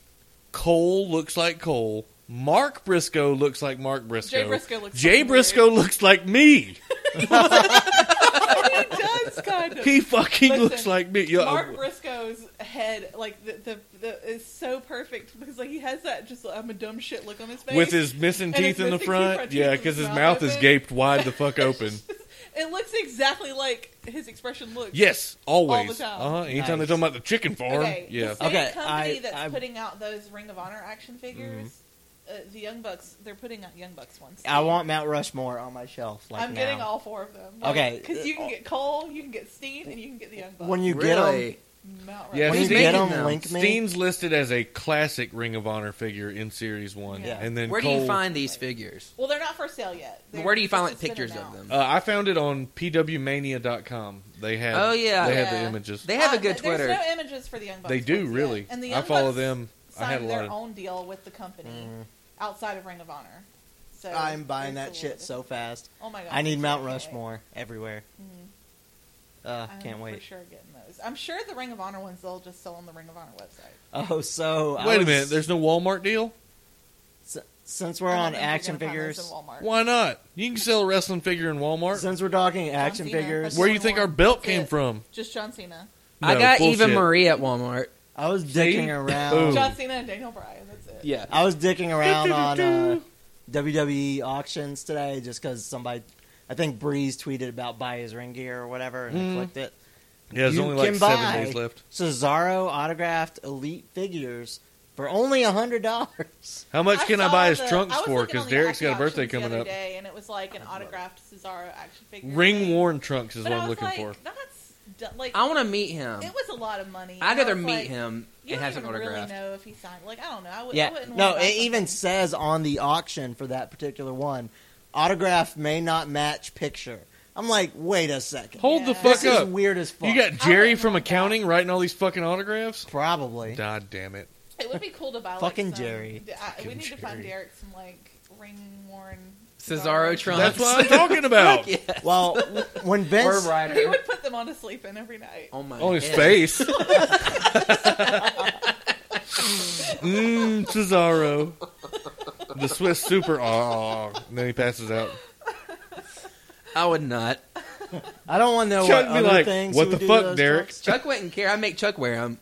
E: Cole looks like Cole. Mark Briscoe looks like Mark Briscoe.
C: Jay Briscoe looks
E: Jay
C: fucking
E: Briscoe looks like me.
C: he does kind of.
E: He fucking
C: Listen,
E: looks like me. Yo,
C: Mark Briscoe's head, like the, the the is so perfect because like he has that just I'm a dumb shit look on his face
E: uh, with his missing
C: And
E: teeth in
C: his
E: the
C: missing teeth
E: front.
C: front teeth
E: yeah,
C: and
E: because
C: his
E: his
C: mouth
E: mouth is
C: open.
E: gaped wide the fuck open.
C: It looks exactly like his expression looks.
E: Yes, always.
C: All the time.
E: Uh-huh. Anytime they're
F: Nice.
E: talking about the chicken farm.
C: Okay.
E: Yeah. Mm-hmm.
C: The same
F: Okay,
C: company
F: I-
C: that's
F: I-
C: putting out those Ring of Honor action figures, uh, the Young Bucks, they're putting out Young Bucks ones.
F: I want Mount Rushmore on my shelf. Like
C: I'm getting
F: now.
C: all four of them.
F: Okay. uh,
C: Because you can get Cole, you can get Steen, and you can get the Young Bucks.
F: when you get 'em-
D: really?
C: Mount
E: Yeah,
C: Rushmore.
F: when you
E: Steen-
F: get 'em,
D: Steen-
F: link me.
E: Steen's listed as a classic Ring of Honor figure in Series 1.
C: Yeah.
E: And then
D: Where do
E: Cole,
D: you find these figures?
C: Well, they're not for sale yet. They're
D: Where do you find like
C: just spinning
D: pictures of
C: out.
D: them?
E: Uh, I found it on pwmania.com. They had
D: Oh, yeah.
E: they had
C: Yeah.
E: the images.
D: They have
C: Uh,
D: a good
C: there's
D: Twitter.
C: no images for the Young Bucks.
E: They do
C: ones yet.
E: really.
C: And the
E: I
C: Young
E: follow
C: Bucks
E: them. I had a
C: signed
E: lot
C: their
E: of. Mm-hmm.
C: own deal with the company outside of Ring of Honor. So
F: I'm buying
C: there's
F: that
C: a
F: shit
C: little
F: so fast.
C: bit- Oh my god!
F: I need
C: it's
F: Mount
C: okay.
F: Rushmore everywhere.
C: Mm-hmm.
F: Uh,
C: I'm
F: can't
C: For
F: wait.
C: sure, getting those. I'm sure the Ring of Honor ones they'll just sell on the Ring of Honor website.
F: Oh, so I
E: Wait a
F: was-
E: minute. There's no Walmart deal.
F: s- since we're
C: I don't
F: on
C: know if you're
F: action
C: gonna find those
F: figures.
C: in Walmart.
E: Why not? You can sell a wrestling figure in Walmart.
F: Since we're talking action
C: Cena.
F: figures,
E: Where you think our belt
C: That's
E: came
C: it.
E: from?
C: Just John Cena.
D: I
E: No,
D: got
E: bullshit.
D: Eva Marie at Walmart.
F: I was dicking
E: Boom.
F: around.
C: John Cena and Daniel Bryan. That's it.
D: Yeah.
F: I was dicking around on uh, WWE auctions today just because somebody, I think Breeze tweeted about buy his ring gear or whatever, and
E: Mm-hmm.
F: I clicked it.
E: Yeah, there's
F: You
E: only like
F: can
E: seven
F: buy-
E: days left.
F: Cesaro autographed elite figures for only a hundred dollars.
E: How much can I
C: saw
E: buy his
C: the-
E: trunks
C: I was
E: for?
C: looking
E: Because
C: on the
E: Derek's
C: Etsy
E: got a birthday
C: auctions the
E: coming
C: other
E: up.
C: Day, and it was like an autographed Cesaro action figure.
E: Ring
C: thing.
E: worn trunks is
C: But
E: what
C: I
E: I'm
C: was
E: looking
C: like,
E: for.
C: That's d- like
D: I want to meet him.
C: It was a lot of money.
D: I'd
C: And I
D: rather
C: was
D: meet
C: like,
D: him
C: You don't
D: and have
C: even
D: some
C: really
D: autographed.
C: know if he signed. Like I don't know. I would. I
F: Yeah,
C: wouldn't
F: no,
C: wanna buy
F: it
C: something.
F: even says on the auction for that particular one, autograph may not match picture. I'm like, wait a second,
E: Hold the
C: Yeah.
E: fuck
F: this is
E: up.
F: weird as fuck.
E: You got Jerry
C: wouldn't
E: from
C: want that.
E: accounting writing all these fucking autographs.
F: probably.
E: God damn it.
C: It would be cool to buy. Like,
F: Fucking
C: some,
F: Jerry.
C: D- I- we
E: Fucking
C: need to find
E: Jerry.
C: Derek some like ring worn
D: Cesaro trunks.
E: That's what I'm talking about.
F: Well, w- when
D: Or
F: Vince
C: He
D: Ryder.
C: would put them on to sleep in every night.
F: Oh,
D: On Oh my
E: On Oh, his
D: head.
E: face. Mmm, Cesaro. The Swiss super. Oh, and then he passes out.
D: I would not.
F: I don't want to know
E: Chuck
F: what
E: be
F: other
E: like,
F: things.
E: "What the
F: he would do to
E: fuck,
F: those
E: Derek?"
F: trucks.
D: Chuck wouldn't care. I make Chuck wear them.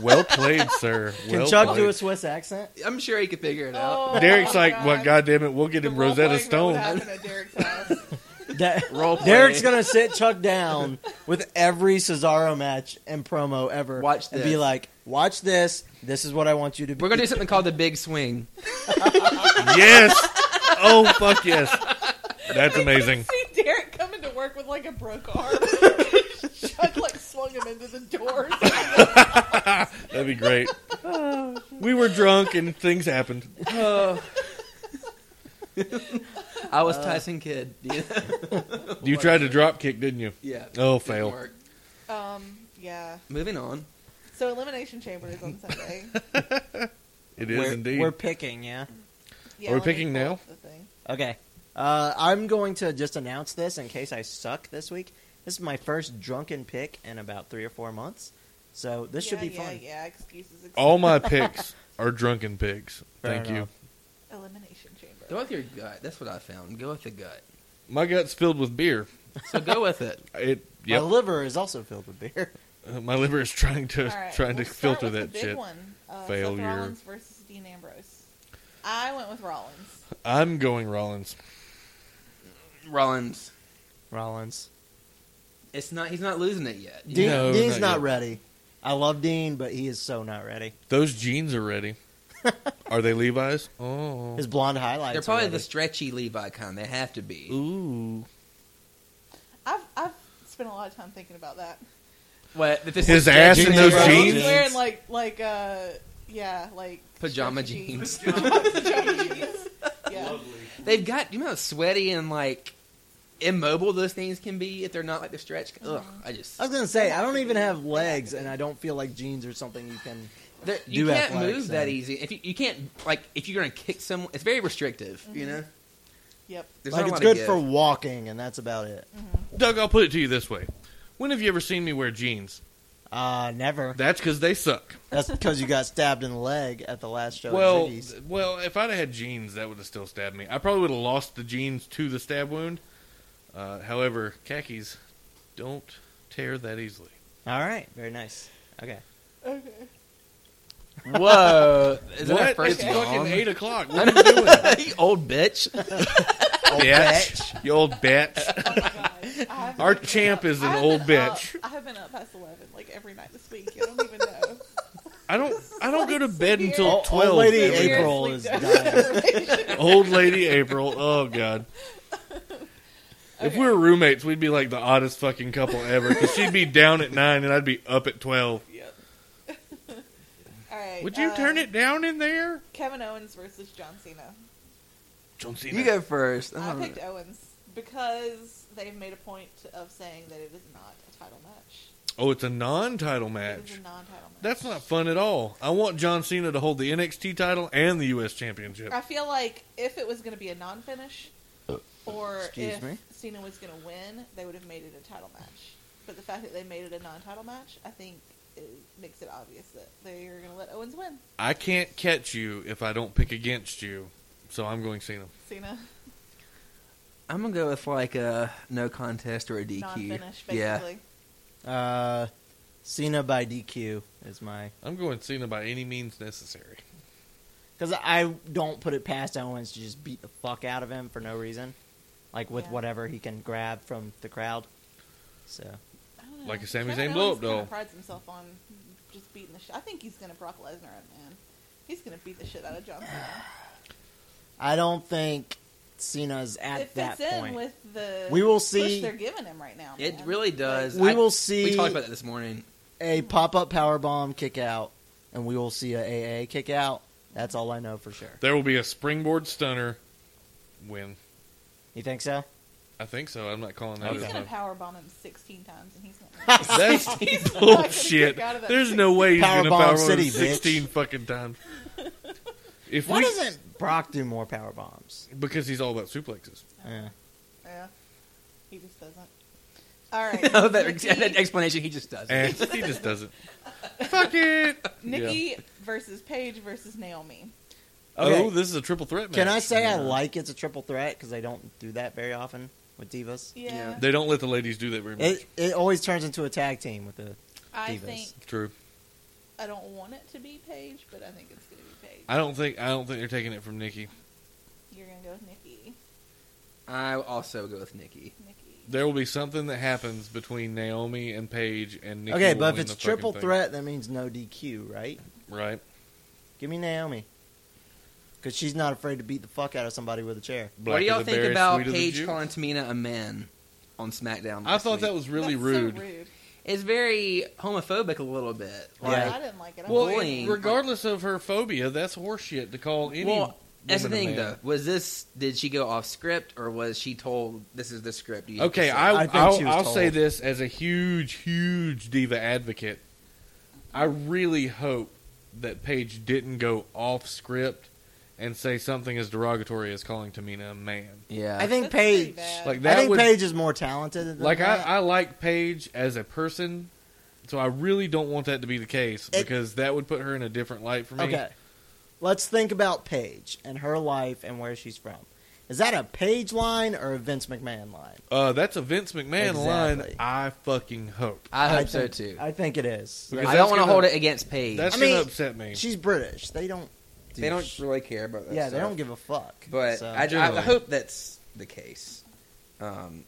E: Well played, sir.
F: Can
E: well
F: Chuck
E: played.
F: do a Swiss accent?
D: I'm sure he could figure it out.
C: Oh,
E: Derek's
C: my
E: like,
C: God.
E: well, God damn it, we'll get
C: The
E: him Rosetta
C: role-playing that
E: Stone.
C: would happen at Derek's house.
F: Da-
C: Oh.
D: Role play.
F: Derek's gonna sit Chuck down with every Cesaro match and promo ever.
D: Watch
F: and be
D: this.
F: like, watch this. This is what I want you to.
D: We're
F: be.
D: gonna do something called the big swing.
E: Yes. Oh fuck yes. That's amazing.
C: See Derek coming to work with like a broke arm. Chuck like swung him into the doors.
E: That'd be great. We were drunk and things happened.
D: I was Tyson Kidd. Yeah.
E: You tried to drop kick, didn't you?
D: yeah.
E: Oh,
D: Didn't
E: fail.
D: work.
C: Um, yeah.
D: Moving on.
C: So Elimination Chamber is on Sunday.
E: It is
F: we're,
E: indeed.
F: We're picking, yeah.
C: Yeah,
E: Are we
C: let me
E: picking
C: pull
E: now?
C: up the thing.
F: Okay. Uh, I'm going to just announce this in case I suck this week. This is my first drunken pick in about three or four months. So this should
C: Yeah,
F: be
C: yeah,
F: fun.
C: Yeah, excuses. excuses.
E: All my picks are drunken picks.
F: Fair
E: Thank you.
F: enough.
C: Elimination Chamber.
D: Go with your gut. That's what I found. Go with the gut.
E: My gut's filled with beer.
D: So go with it.
E: It.
F: My
E: Yep.
F: liver is also filled with beer.
E: Uh, My liver is trying to
C: All right,
E: trying to
C: we'll start
E: filter
C: with the
E: that
C: big
E: shit.
C: One. Uh,
E: Failure.
C: Seth Rollins versus Dean Ambrose. I went with Rollins.
E: I'm going Rollins.
D: Rollins.
F: Rollins.
D: It's not. He's not losing it yet.
F: Dean,
E: No,
F: Dean's
E: not
F: not,
E: yet.
F: ready. I love Dean, but he is so not ready.
E: Those jeans are ready. are they Levi's? Oh.
F: His blonde highlights.
D: They're probably
F: are ready.
D: the stretchy Levi kind. They have to be.
E: Ooh.
C: I've I've spent a lot of time thinking about that.
D: What? That this
E: His
D: is
E: ass in
D: stretchy
E: those
D: Levi?
E: jeans?
C: He's wearing like like uh yeah like
D: Pajama
C: stretchy
D: jeans.
C: Pajama jeans. Yeah.
D: They've got. You know how sweaty and like immobile those things can be if they're not like the stretch. Ugh. I just.
F: I was gonna say I don't even have legs, and I don't feel like jeans are something you can.
D: they're- You
F: do
D: can't
F: athletics
D: move that
F: and-
D: easy. If you, you can't like if you're gonna kick someone, it's very restrictive. You know.
C: Yep.
D: There's
F: like
D: not a
F: it's
D: lot of
F: good
D: give.
F: for walking, and that's about it.
E: Doug, I'll put it to you this way. When have you ever seen me wear jeans?
F: Uh, never.
E: That's because they suck.
F: That's because you got stabbed in the leg at the last show. at
E: Well,
F: Ziggy's.
E: th- well, if I'd have had jeans, that would have still stabbed me. I probably would have lost the jeans to the stab wound. Uh, however, khakis don't tear that easily.
F: all right, very nice. Okay,
C: Okay.
D: Whoa. Is that our
E: What?
D: first
E: It's fucking
D: song?
E: eight o'clock. What are you doing?
D: you old bitch.
F: Old
E: bitch. You old bitch.
C: Oh my God. I haven't
E: Our
C: been
E: champ
C: up-
E: is an
C: I
E: old
C: haven't up-
E: bitch.
C: I have been up past eleven like every night this week. You don't even know.
E: I don't. I don't go to bed
C: Weird.
E: until
C: Old- old
E: twelve.
F: Old lady
E: every-
C: Seriously,
F: April is
C: don't.
F: dying.
E: Old lady April. Oh god. If we were roommates, we'd be like the oddest fucking couple ever. Because she'd be down at nine and I'd be up at twelve.
C: Yep. All right.
E: Would you
C: uh,
E: turn it down in there?
C: Kevin Owens versus John Cena.
E: John Cena.
D: You go first.
C: I
D: Um,
C: picked Owens because they've made a point of saying that it is not a title match.
E: oh, it's a non-title
C: It
E: match.
C: is a non-title match.
E: That's not fun at all. I want John Cena to hold the NXT title and the U.S. Championship.
C: I feel like if it was going to be a non-finish, or
F: Uh, Excuse
C: if
F: me?
C: Cena was going to win, they would have made it a title match. But the fact that they made it a non-title match, I think, it makes it obvious that they are going to let Owens win.
E: I can't catch you if I don't pick against you, so I'm going Cena.
C: Cena
D: I'm gonna go with like a no contest or a DQ.
C: non-finish, basically.
D: yeah,
F: Uh, Cena by DQ is my
E: I'm going Cena by any means necessary.
F: because I don't put it past Owens to just beat the fuck out of him for no reason, like with
C: Yeah.
F: whatever he can grab from the crowd. So
C: I don't know.
E: Like a Sami
C: Kevin
E: Zayn blow-up
C: Owens kinda
E: doll.
C: prides himself on just beating the shit. I think he's going to Brock Lesnar, man. He's going to beat the shit out of John Cena.
F: I don't think Cena's at
C: it
F: that
C: fits in
F: point.
C: with the
F: We will
C: push
F: see-
C: they're giving him right now.
D: it
C: man.
D: really does.
F: we
D: I-
F: will see
D: We talked about that this morning.
F: a pop up power bomb kick out, and we will see a AA kick out. That's all I know for sure.
E: There will be a springboard stunner win.
F: You think so?
E: I think so. I'm not calling that.
C: He's
E: a-
C: gonna power bomb him sixteen times, and he's gonna.
E: That's
C: not gonna
E: bullshit.
C: kick out of that
E: There's no way he's
F: Powerbomb
E: going to power
F: City, bitch.
E: 16 fucking times. If
F: Why
E: we,
F: doesn't Brock do more power bombs?
E: Because he's all about suplexes.
F: Yeah.
C: Yeah, he just doesn't. All right,
D: Oh, that,
C: Nikki,
D: that explanation he just does. not
E: And he just doesn't. Fuck it.
C: Nikki versus Paige versus Naomi.
F: Okay.
E: Oh, this is a triple threat match.
F: Can I say I
D: Yeah.
F: like it's a triple threat because they don't do that very often with divas?
C: Yeah,
E: They don't let the ladies do that very much.
F: It it always turns into a tag team with the
C: I
F: divas.
C: think
E: True.
C: I don't want it to be Paige, but I think it's gonna be Paige.
E: I don't think I don't think they're taking it from Nikki.
C: You're gonna go with Nikki.
D: I also go with Nikki.
C: Nikki.
E: There will be something that happens between Naomi and Paige and Nikki.
F: okay,
E: will
F: but if
E: win
F: it's
E: the fucking
F: triple
E: thing.
F: threat, that means no DQ, right?
E: right?
F: Give me Naomi because she's not afraid to beat the fuck out of somebody with a chair.
E: Black
D: what do
E: is
D: y'all
E: a
D: think
E: berry,
D: about
E: sweet is a
D: Paige
E: Jew.
D: calling Tamina a man on SmackDown?
E: I
D: last
E: thought
D: week?
E: that was really
C: That's
E: rude.
C: So rude.
D: it's very homophobic a little bit.
F: Yeah.
C: I didn't like it. I'm
E: Well,
C: like,
D: Bullying.
E: regardless of her phobia, that's horseshit to call any.
D: Well, that's the
E: woman a man.
D: thing, though. Was this? Did she go off script, or was she told this is the script? You have
E: Okay,
D: to say?
E: I,
F: I think she
E: I'll,
F: was
E: I'll say
F: told.
E: this as a huge, huge diva advocate. I really hope that Paige didn't go off script and say something as derogatory as calling Tamina a man.
D: Yeah.
F: I think
C: That's pretty
F: Paige.
C: bad.
E: Like
F: I
E: that
F: think
E: would
F: Paige is more talented. Than
E: like I,
F: that.
E: I like Paige as a person, so I really don't want that to be the case
F: It-
E: because that would put her in a different light for me.
F: Okay. Let's think about Paige and her life and where she's from. Is that a Paige line or a Vince McMahon line?
E: Uh, that's a Vince McMahon line.
F: Exactly.
E: I fucking hope
D: I hope so
F: think-
D: too. I,
F: I think it is.
E: Because
D: don't
E: that's
D: want to
E: gonna-
D: hold it against Paige.
E: that's
F: I mean,
E: gonna upset me.
F: She's British. They don't. Do
D: they don't
F: sh-
D: really care about that.
F: yeah, they
D: stuff.
F: don't give a fuck.
D: But
F: So-
D: I, ju- I
E: Generally.
D: hope that's the case. Um,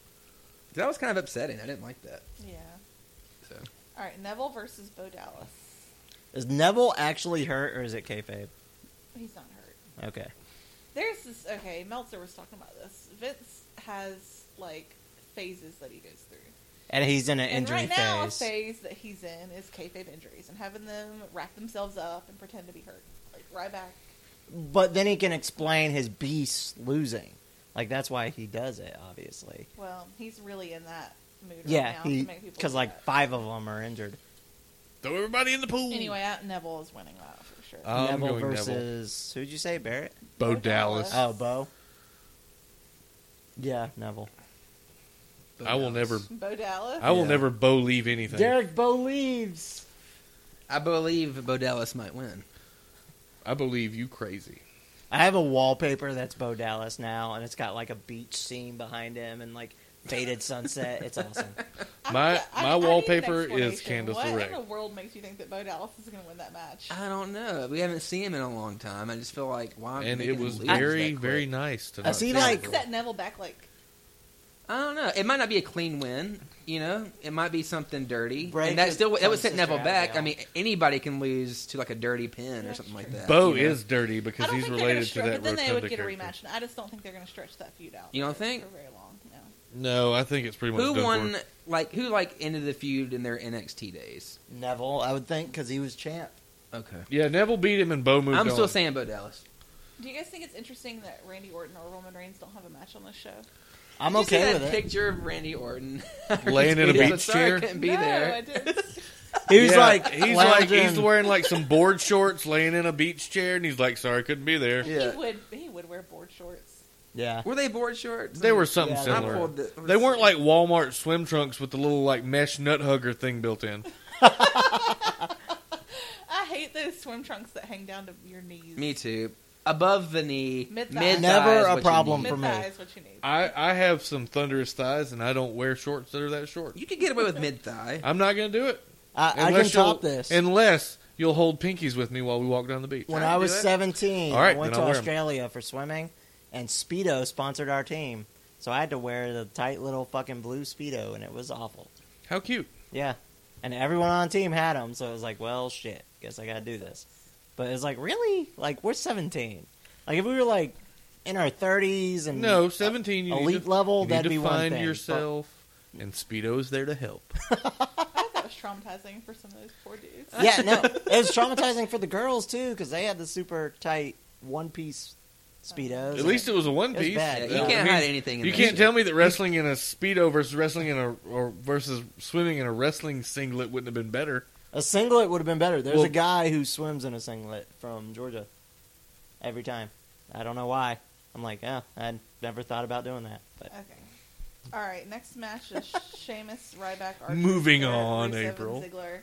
D: that was kind of upsetting. I didn't like that.
C: Yeah.
D: So.
C: All right, Neville versus Bo Dallas.
F: is Neville actually hurt or is it kayfabe?
C: He's not hurt.
F: Okay.
C: There's this. Okay, Meltzer was talking about this. Vince has like phases that he goes through.
F: And he's in an
C: And
F: injury
C: right now, a
F: phase.
C: phase that he's in is kayfabe injuries and having them wrap themselves up and pretend to be hurt. Like right back.
F: But then he can explain his beast losing. Like that's why he does it, obviously.
C: Well, he's really in that mood right
F: Yeah,
C: now to make people
F: because
C: do
F: like
C: that.
F: five of them are injured.
E: Throw everybody in the pool.
C: Anyway, I- Neville is winning that for sure.
E: Oh, I'm
F: Neville
E: going Neville.
F: versus who'd you say Barrett?
E: Bo Dallas.
F: Oh, Bo. Yeah, Neville.
E: I will never.
C: Bo Dallas.
E: I will
D: Yeah.
E: never Bo leave anything.
F: Derek Bo leaves.
D: I believe Bodellis might win.
E: I believe you crazy.
F: I have a wallpaper that's Bo Dallas now, and it's got like a beach scene behind him and like faded sunset. It's awesome.
C: I-
E: My-
C: I- I
E: my
C: need an
E: wallpaper is
C: explanation.
E: Candace
C: What
E: LeRae.
C: in the world makes you think that Bo Dallas is going to win that match?
D: I don't know. We haven't seen him in a long time. I just feel like why? am I
E: And it
D: making
E: was
D: him lose
E: very,
D: that quick?
E: very nice to.
F: I
E: not
F: see,
E: see
F: like-
E: it.
C: Set Neville back like
D: I don't know. It might not be a clean win. You know, it might be something dirty,
F: Break
D: and that
F: his-
D: still that would
F: his
D: set Neville
F: sister out,
D: back.
F: yeah.
D: I mean, anybody can lose to like a dirty pin or
C: That's
D: something
C: true.
D: like that.
E: Bo
D: you know?
E: is dirty
C: I
E: because
C: don't
E: he's
C: think they're gonna
E: related to
C: stretch,
E: that
C: but then they would
E: Rotunda
C: get a
E: character.
C: rematch. And I just don't think they're going to stretch that feud out.
D: You don't
C: for-
D: think?
C: for very long? No.
E: No, I think it's pretty much
D: who
E: done
D: won.
E: for.
D: Like who like ended the feud in their NXT days?
F: Neville, I would think, because he was champ.
D: Okay,
E: Yeah, Neville beat him and Bo moved
D: I'm still
E: on.
D: saying Bo Dallas.
C: Do you guys think it's interesting that Randy Orton or Roman Reigns don't have a match on this show?
F: I'm
D: Did you see
F: okay
D: that
F: with it.
D: Picture of Randy Orton
E: Laying in a
D: Tweeted,
E: beach
D: "Sorry,
E: chair?"
D: I couldn't be
C: no,
D: there.
C: I didn't.
F: He was
E: Yeah,
F: like,
E: he's like he's
F: lounging.
E: wearing like some board shorts, laying in a beach chair, and he's like, "Sorry, couldn't be there."
C: He would. He would wear board shorts.
F: yeah.
D: Were they board shorts?
E: They were something
F: Yeah, they
D: I
F: were.
E: similar.
D: pulled the-
E: They weren't like Walmart swim trunks with the little like mesh nut hugger thing built in.
C: I hate those swim trunks that hang down to your knees.
D: Me too. Above the knee,
C: Mid-thigh.
D: mid-thigh
F: Never
D: is
F: a
D: what you
F: problem.
D: need.
F: for
C: Mid
F: me.
C: thigh is what you need.
E: I I have some thunderous thighs, and I don't wear shorts that are that short.
D: You could get away with mid thigh.
E: I'm not gonna do it.
F: I, I can
E: Unless you'll-
F: top this.
E: Unless you'll hold pinkies with me while we walk down the beach.
F: when
D: I
F: I
D: can
F: was
D: do it.
F: 17,
E: All right,
F: I went
E: then
F: to
E: I'll wear 'em.
F: Australia for swimming, and Speedo sponsored our team. So I had to wear the tight little fucking blue Speedo, and it was awful.
E: How cute!
F: Yeah. And everyone on the team had them, so it was like, well, shit. Guess I gotta do this. But it's like, really? Like, we're 17. Like, if we were like in our 30s and
E: No, seventeen. You
F: elite
E: need to,
F: level,
E: you need
F: that'd
E: to
F: be one
E: find
F: thing,
E: yourself, and Speedo's there to help.
C: I thought that was traumatizing for some of those poor dudes.
F: yeah, no, it was traumatizing for the girls too because they had the super tight one piece speedos.
E: At least it was a one
F: It was
E: piece. Uh,
F: bad.
D: Yeah, you
F: Yeah.
D: can't
E: I mean,
D: hide anything. In
E: You
D: that
E: can't
D: shit.
E: tell me that wrestling in a speedo versus wrestling in a or versus swimming in a wrestling singlet wouldn't have been better.
F: a singlet would have been better. There's
E: Well-
F: a guy who swims in a singlet from Georgia every time. I don't know why. I'm like, yeah, I never thought about doing that. But
C: Okay. All right. Next match is Sheamus, Ryback, Archer,
E: Moving
C: Barrett,
E: on,
C: Rusev,
E: April.
C: and Ziggler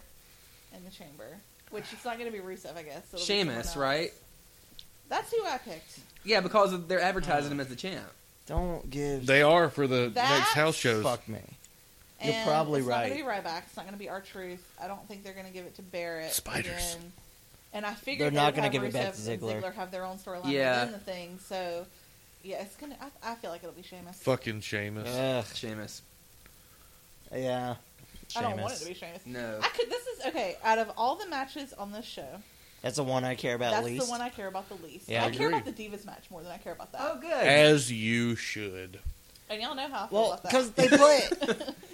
C: in the chamber, which it's not going to be Rusev, I guess. So it'll be someone
D: Sheamus,
C: else.
D: right?
C: That's who I picked.
D: Yeah, because of- they're advertising him as the champ.
F: don't give
E: They are for the
C: That's
E: next house shows.
F: fuck me.
C: And
F: You're probably
C: it's
F: right.
C: It's not going to be Ryback. It's not going to be our truth. I don't think they're going to give it to Barrett.
E: Spiders.
C: Again. And I figured
F: They're not
C: going to
F: gonna give it back to
C: And
F: Ziggler.
C: Ziggler have their own storyline
D: Yeah.
C: within the thing. So yeah, it's going to. I feel like it'll be Sheamus.
E: Fucking Sheamus.
F: Ugh,
D: Sheamus.
F: yeah.
C: I don't want it
F: Sheamus.
C: to be Sheamus.
D: No.
C: I could. This is okay. Out of all the matches on this show,
F: That's the one I care about
C: That's
F: least.
C: the one I care about the least.
F: Yeah,
C: I,
F: I
C: care about the
E: agree.
C: Divas match more than I care about that.
D: Oh, good.
E: As you should.
C: And y'all know how I feel
F: Well,
C: about that.
F: because they put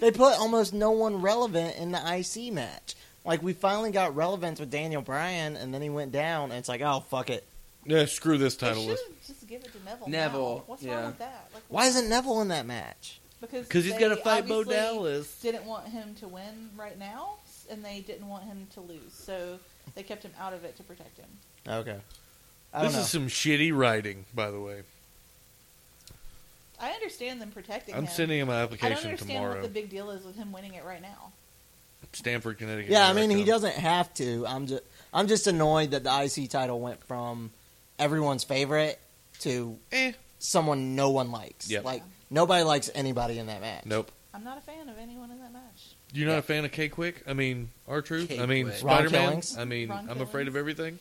F: they put almost no one relevant in the IC match. Like we finally got relevance with Daniel Bryan, and then he went down, and it's like, oh fuck it.
E: Yeah, screw this
C: they
E: title
C: should
E: list.
C: just give it to Neville.
D: Neville,
C: now. What's
D: yeah.
C: wrong with that? Like,
F: Why isn't Neville in that match?
C: Because
E: Because he's
C: they
E: gonna fight Bo
C: obviously
E: Dallas.
C: Didn't want him to win right now, lost, and they didn't want him to lose, so they kept him out of it to protect him.
F: Okay. I don't
E: This
F: know.
E: is some shitty writing, by the way.
C: I understand them protecting
E: I'm
C: him.
E: sending him my
C: I don't
E: application
C: understand
E: tomorrow.
C: what the big deal is with him winning it right now.
E: Stanford, Connecticut.
F: yeah, I
E: Here
F: mean, he
E: come.
F: doesn't have to. I'm just, I'm just annoyed that the IC title went from everyone's favorite to
E: Eh,
F: someone no one likes.
E: Yep.
F: Like nobody likes anybody in that match.
E: nope.
C: I'm not a fan of anyone in that match.
E: You're not a fan of K Quick? I mean, R Truth? I mean,
D: K-Quick.
F: Ron
E: Spider Man?
F: Killings?
E: I mean,
C: Ron
E: I'm afraid
C: Killings.
E: of everything.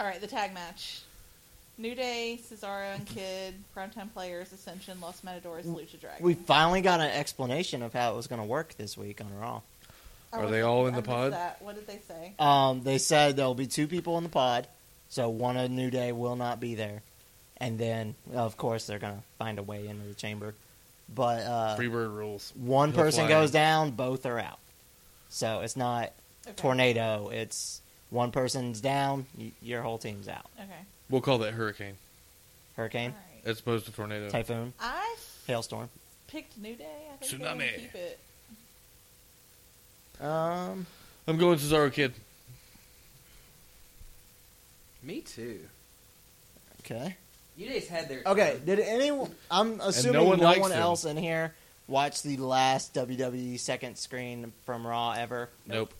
C: All right, the tag match. New Day, Cesaro and Kid, Primetime Players, Ascension, Los Matadors, Lucha Dragon.
F: We finally got an explanation of how it was going to work this week on Raw.
C: I
E: Are
C: wonder-
E: they all in
C: I
E: the
C: missed
E: pod?
C: That. What did they say?
F: Um, they said there'll be two people in the pod, so one of New Day will not be there, and then of course they're going to find a way into the chamber. But uh,
E: Freebird rules.
F: one
E: He'll
F: person
E: fly.
F: goes down, both are out. So it's not
C: Okay.
F: tornado. It's one person's down, y- your whole team's out.
C: Okay.
E: We'll call that Hurricane
C: All
F: Hurricane,
C: right.
E: as opposed to Tornado.
F: typhoon,
C: I
F: hailstorm.
C: picked New Day. I think
E: Tsunami.
C: Tsunami. Keep it.
F: Um,
E: I'm going Cesaro Kid.
D: Me too.
F: okay.
D: You guys had their
F: Okay. Did anyone? I'm assuming no
E: one
F: one,
E: likes him.
F: else in here watched the last WWE second screen from Raw ever.
E: Nope.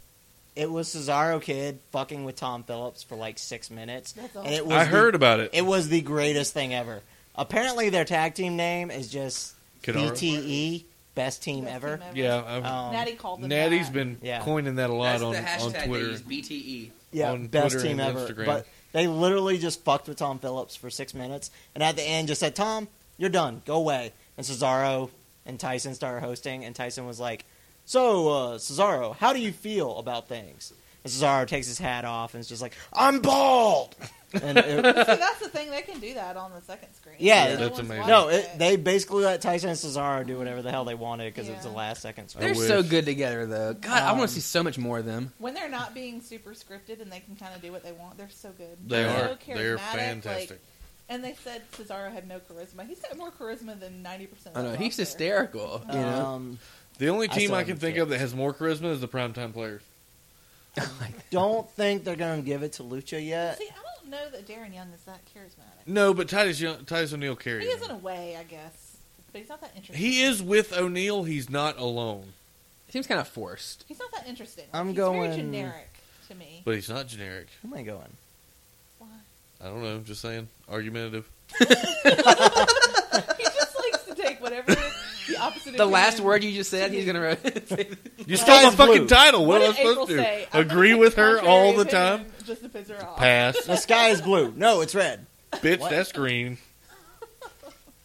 F: It was Cesaro Kid fucking with Tom Phillips for like six minutes,
C: That's
F: and it
C: awesome.
F: was
E: I
F: the-
E: heard about it.
F: it was the greatest thing ever. Apparently, their tag team name is just
E: Kidara.
F: BTE, best team
C: Best
F: ever.
C: team
E: Yeah, I've,
F: Um,
C: Natty called them.
E: Natty's
C: that.
E: been
F: Yeah.
E: coining that a lot
D: That's
E: on,
D: the hashtag
E: on Twitter.
D: they use, E. BTE.
F: Yeah,
E: on
F: best
E: Twitter
F: team
E: and
F: ever.
E: Instagram.
F: But they literally just fucked with Tom Phillips for six minutes, and at the end just said, "Tom, you're done. Go away." And Cesaro and Tyson started hosting, and Tyson was like, "So, uh, Cesaro, how do you feel about things?" And Cesaro takes his hat off and is just like, "I'm bald." And it,
C: See, that's the thing. They can do that on the second screen.
F: Yeah,
C: No
E: that's
C: one's
E: amazing.
C: watching
F: no, it, they basically let Tyson and Cesaro do whatever the hell they wanted because it was the
C: Yeah.
F: last second.
E: I
D: They're
F: screen.
E: wish.
D: so good together, though. God, I
F: Um,
D: want to see so much more of them.
C: when they're not being super scripted and they can kind of do what they want, they're so good.
E: They
C: They're
E: are.
C: So
E: They're
C: charismatic,
E: fantastic.
C: Like, and they said Cesaro had no charisma. He's got more charisma than ninety percent.
D: I know he's hysterical. You know,
F: Um,
E: the only
F: I
E: team
F: still
E: I, can
F: haven't
E: think
F: checked.
E: of that has more charisma is the Primetime Players.
F: don't think they're gonna give it to Lucha yet.
C: See, I don't know that Darren Young is that charismatic.
E: No, but Titus Young, Titus O'Neil carries.
C: He is in
E: him.
C: a way, I guess, but he's not that interesting.
E: He is with O'Neil. He's not alone,
D: seems kind of forced.
C: He's not that interesting.
F: I'm
C: he's
F: going-
C: very generic to me.
E: but he's not generic.
F: Who am I going?
C: Why?
E: I don't know. Just saying, argumentative.
C: He just likes to take whatever the opposite. of
D: The
C: your
D: last
C: name-
D: word you just said, he's gonna.
E: You
F: stole
E: stole
F: my
E: my
F: Eyes fucking
E: fucking
F: blue.
E: title. What,
C: did
E: am I
C: April
E: supposed to
C: say? I'm gonna
E: agree
C: take
E: with her
C: contrary
E: all the time?
C: opinion just to piss her off.
E: Pass,
F: The sky is blue. No, it's red.
E: bitch.
F: What?
E: That's green.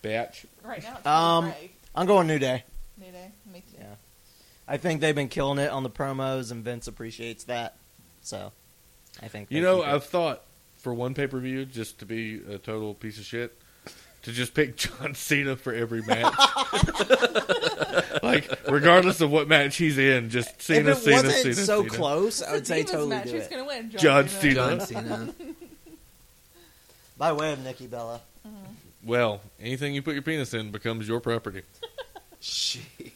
E: Batch.
C: Right now, it's
F: Um,
C: um, Greg.
F: I'm going New Day.
C: New Day. Me too.
F: Yeah. I think they've been killing it on the promos, and Vince appreciates that. So, I think
E: You
F: they
E: know,
F: keep it.
E: I've thought for one pay per view, just to be a total piece of shit, to just pick John Cena for every match. like, regardless of what match he's in, just
F: if
E: Cena,
F: it
E: Cena,
F: wasn't
E: Cena.
F: so
E: Cena.
F: close, I
C: It's
F: would
C: a
F: say
C: divas
F: totally
C: match.
F: do
C: Who's
F: it.
C: gonna win?
E: John Cena.
D: John Cena.
F: By way of Nikki Bella,
E: Well, anything you put your penis in becomes your property.
D: Shit.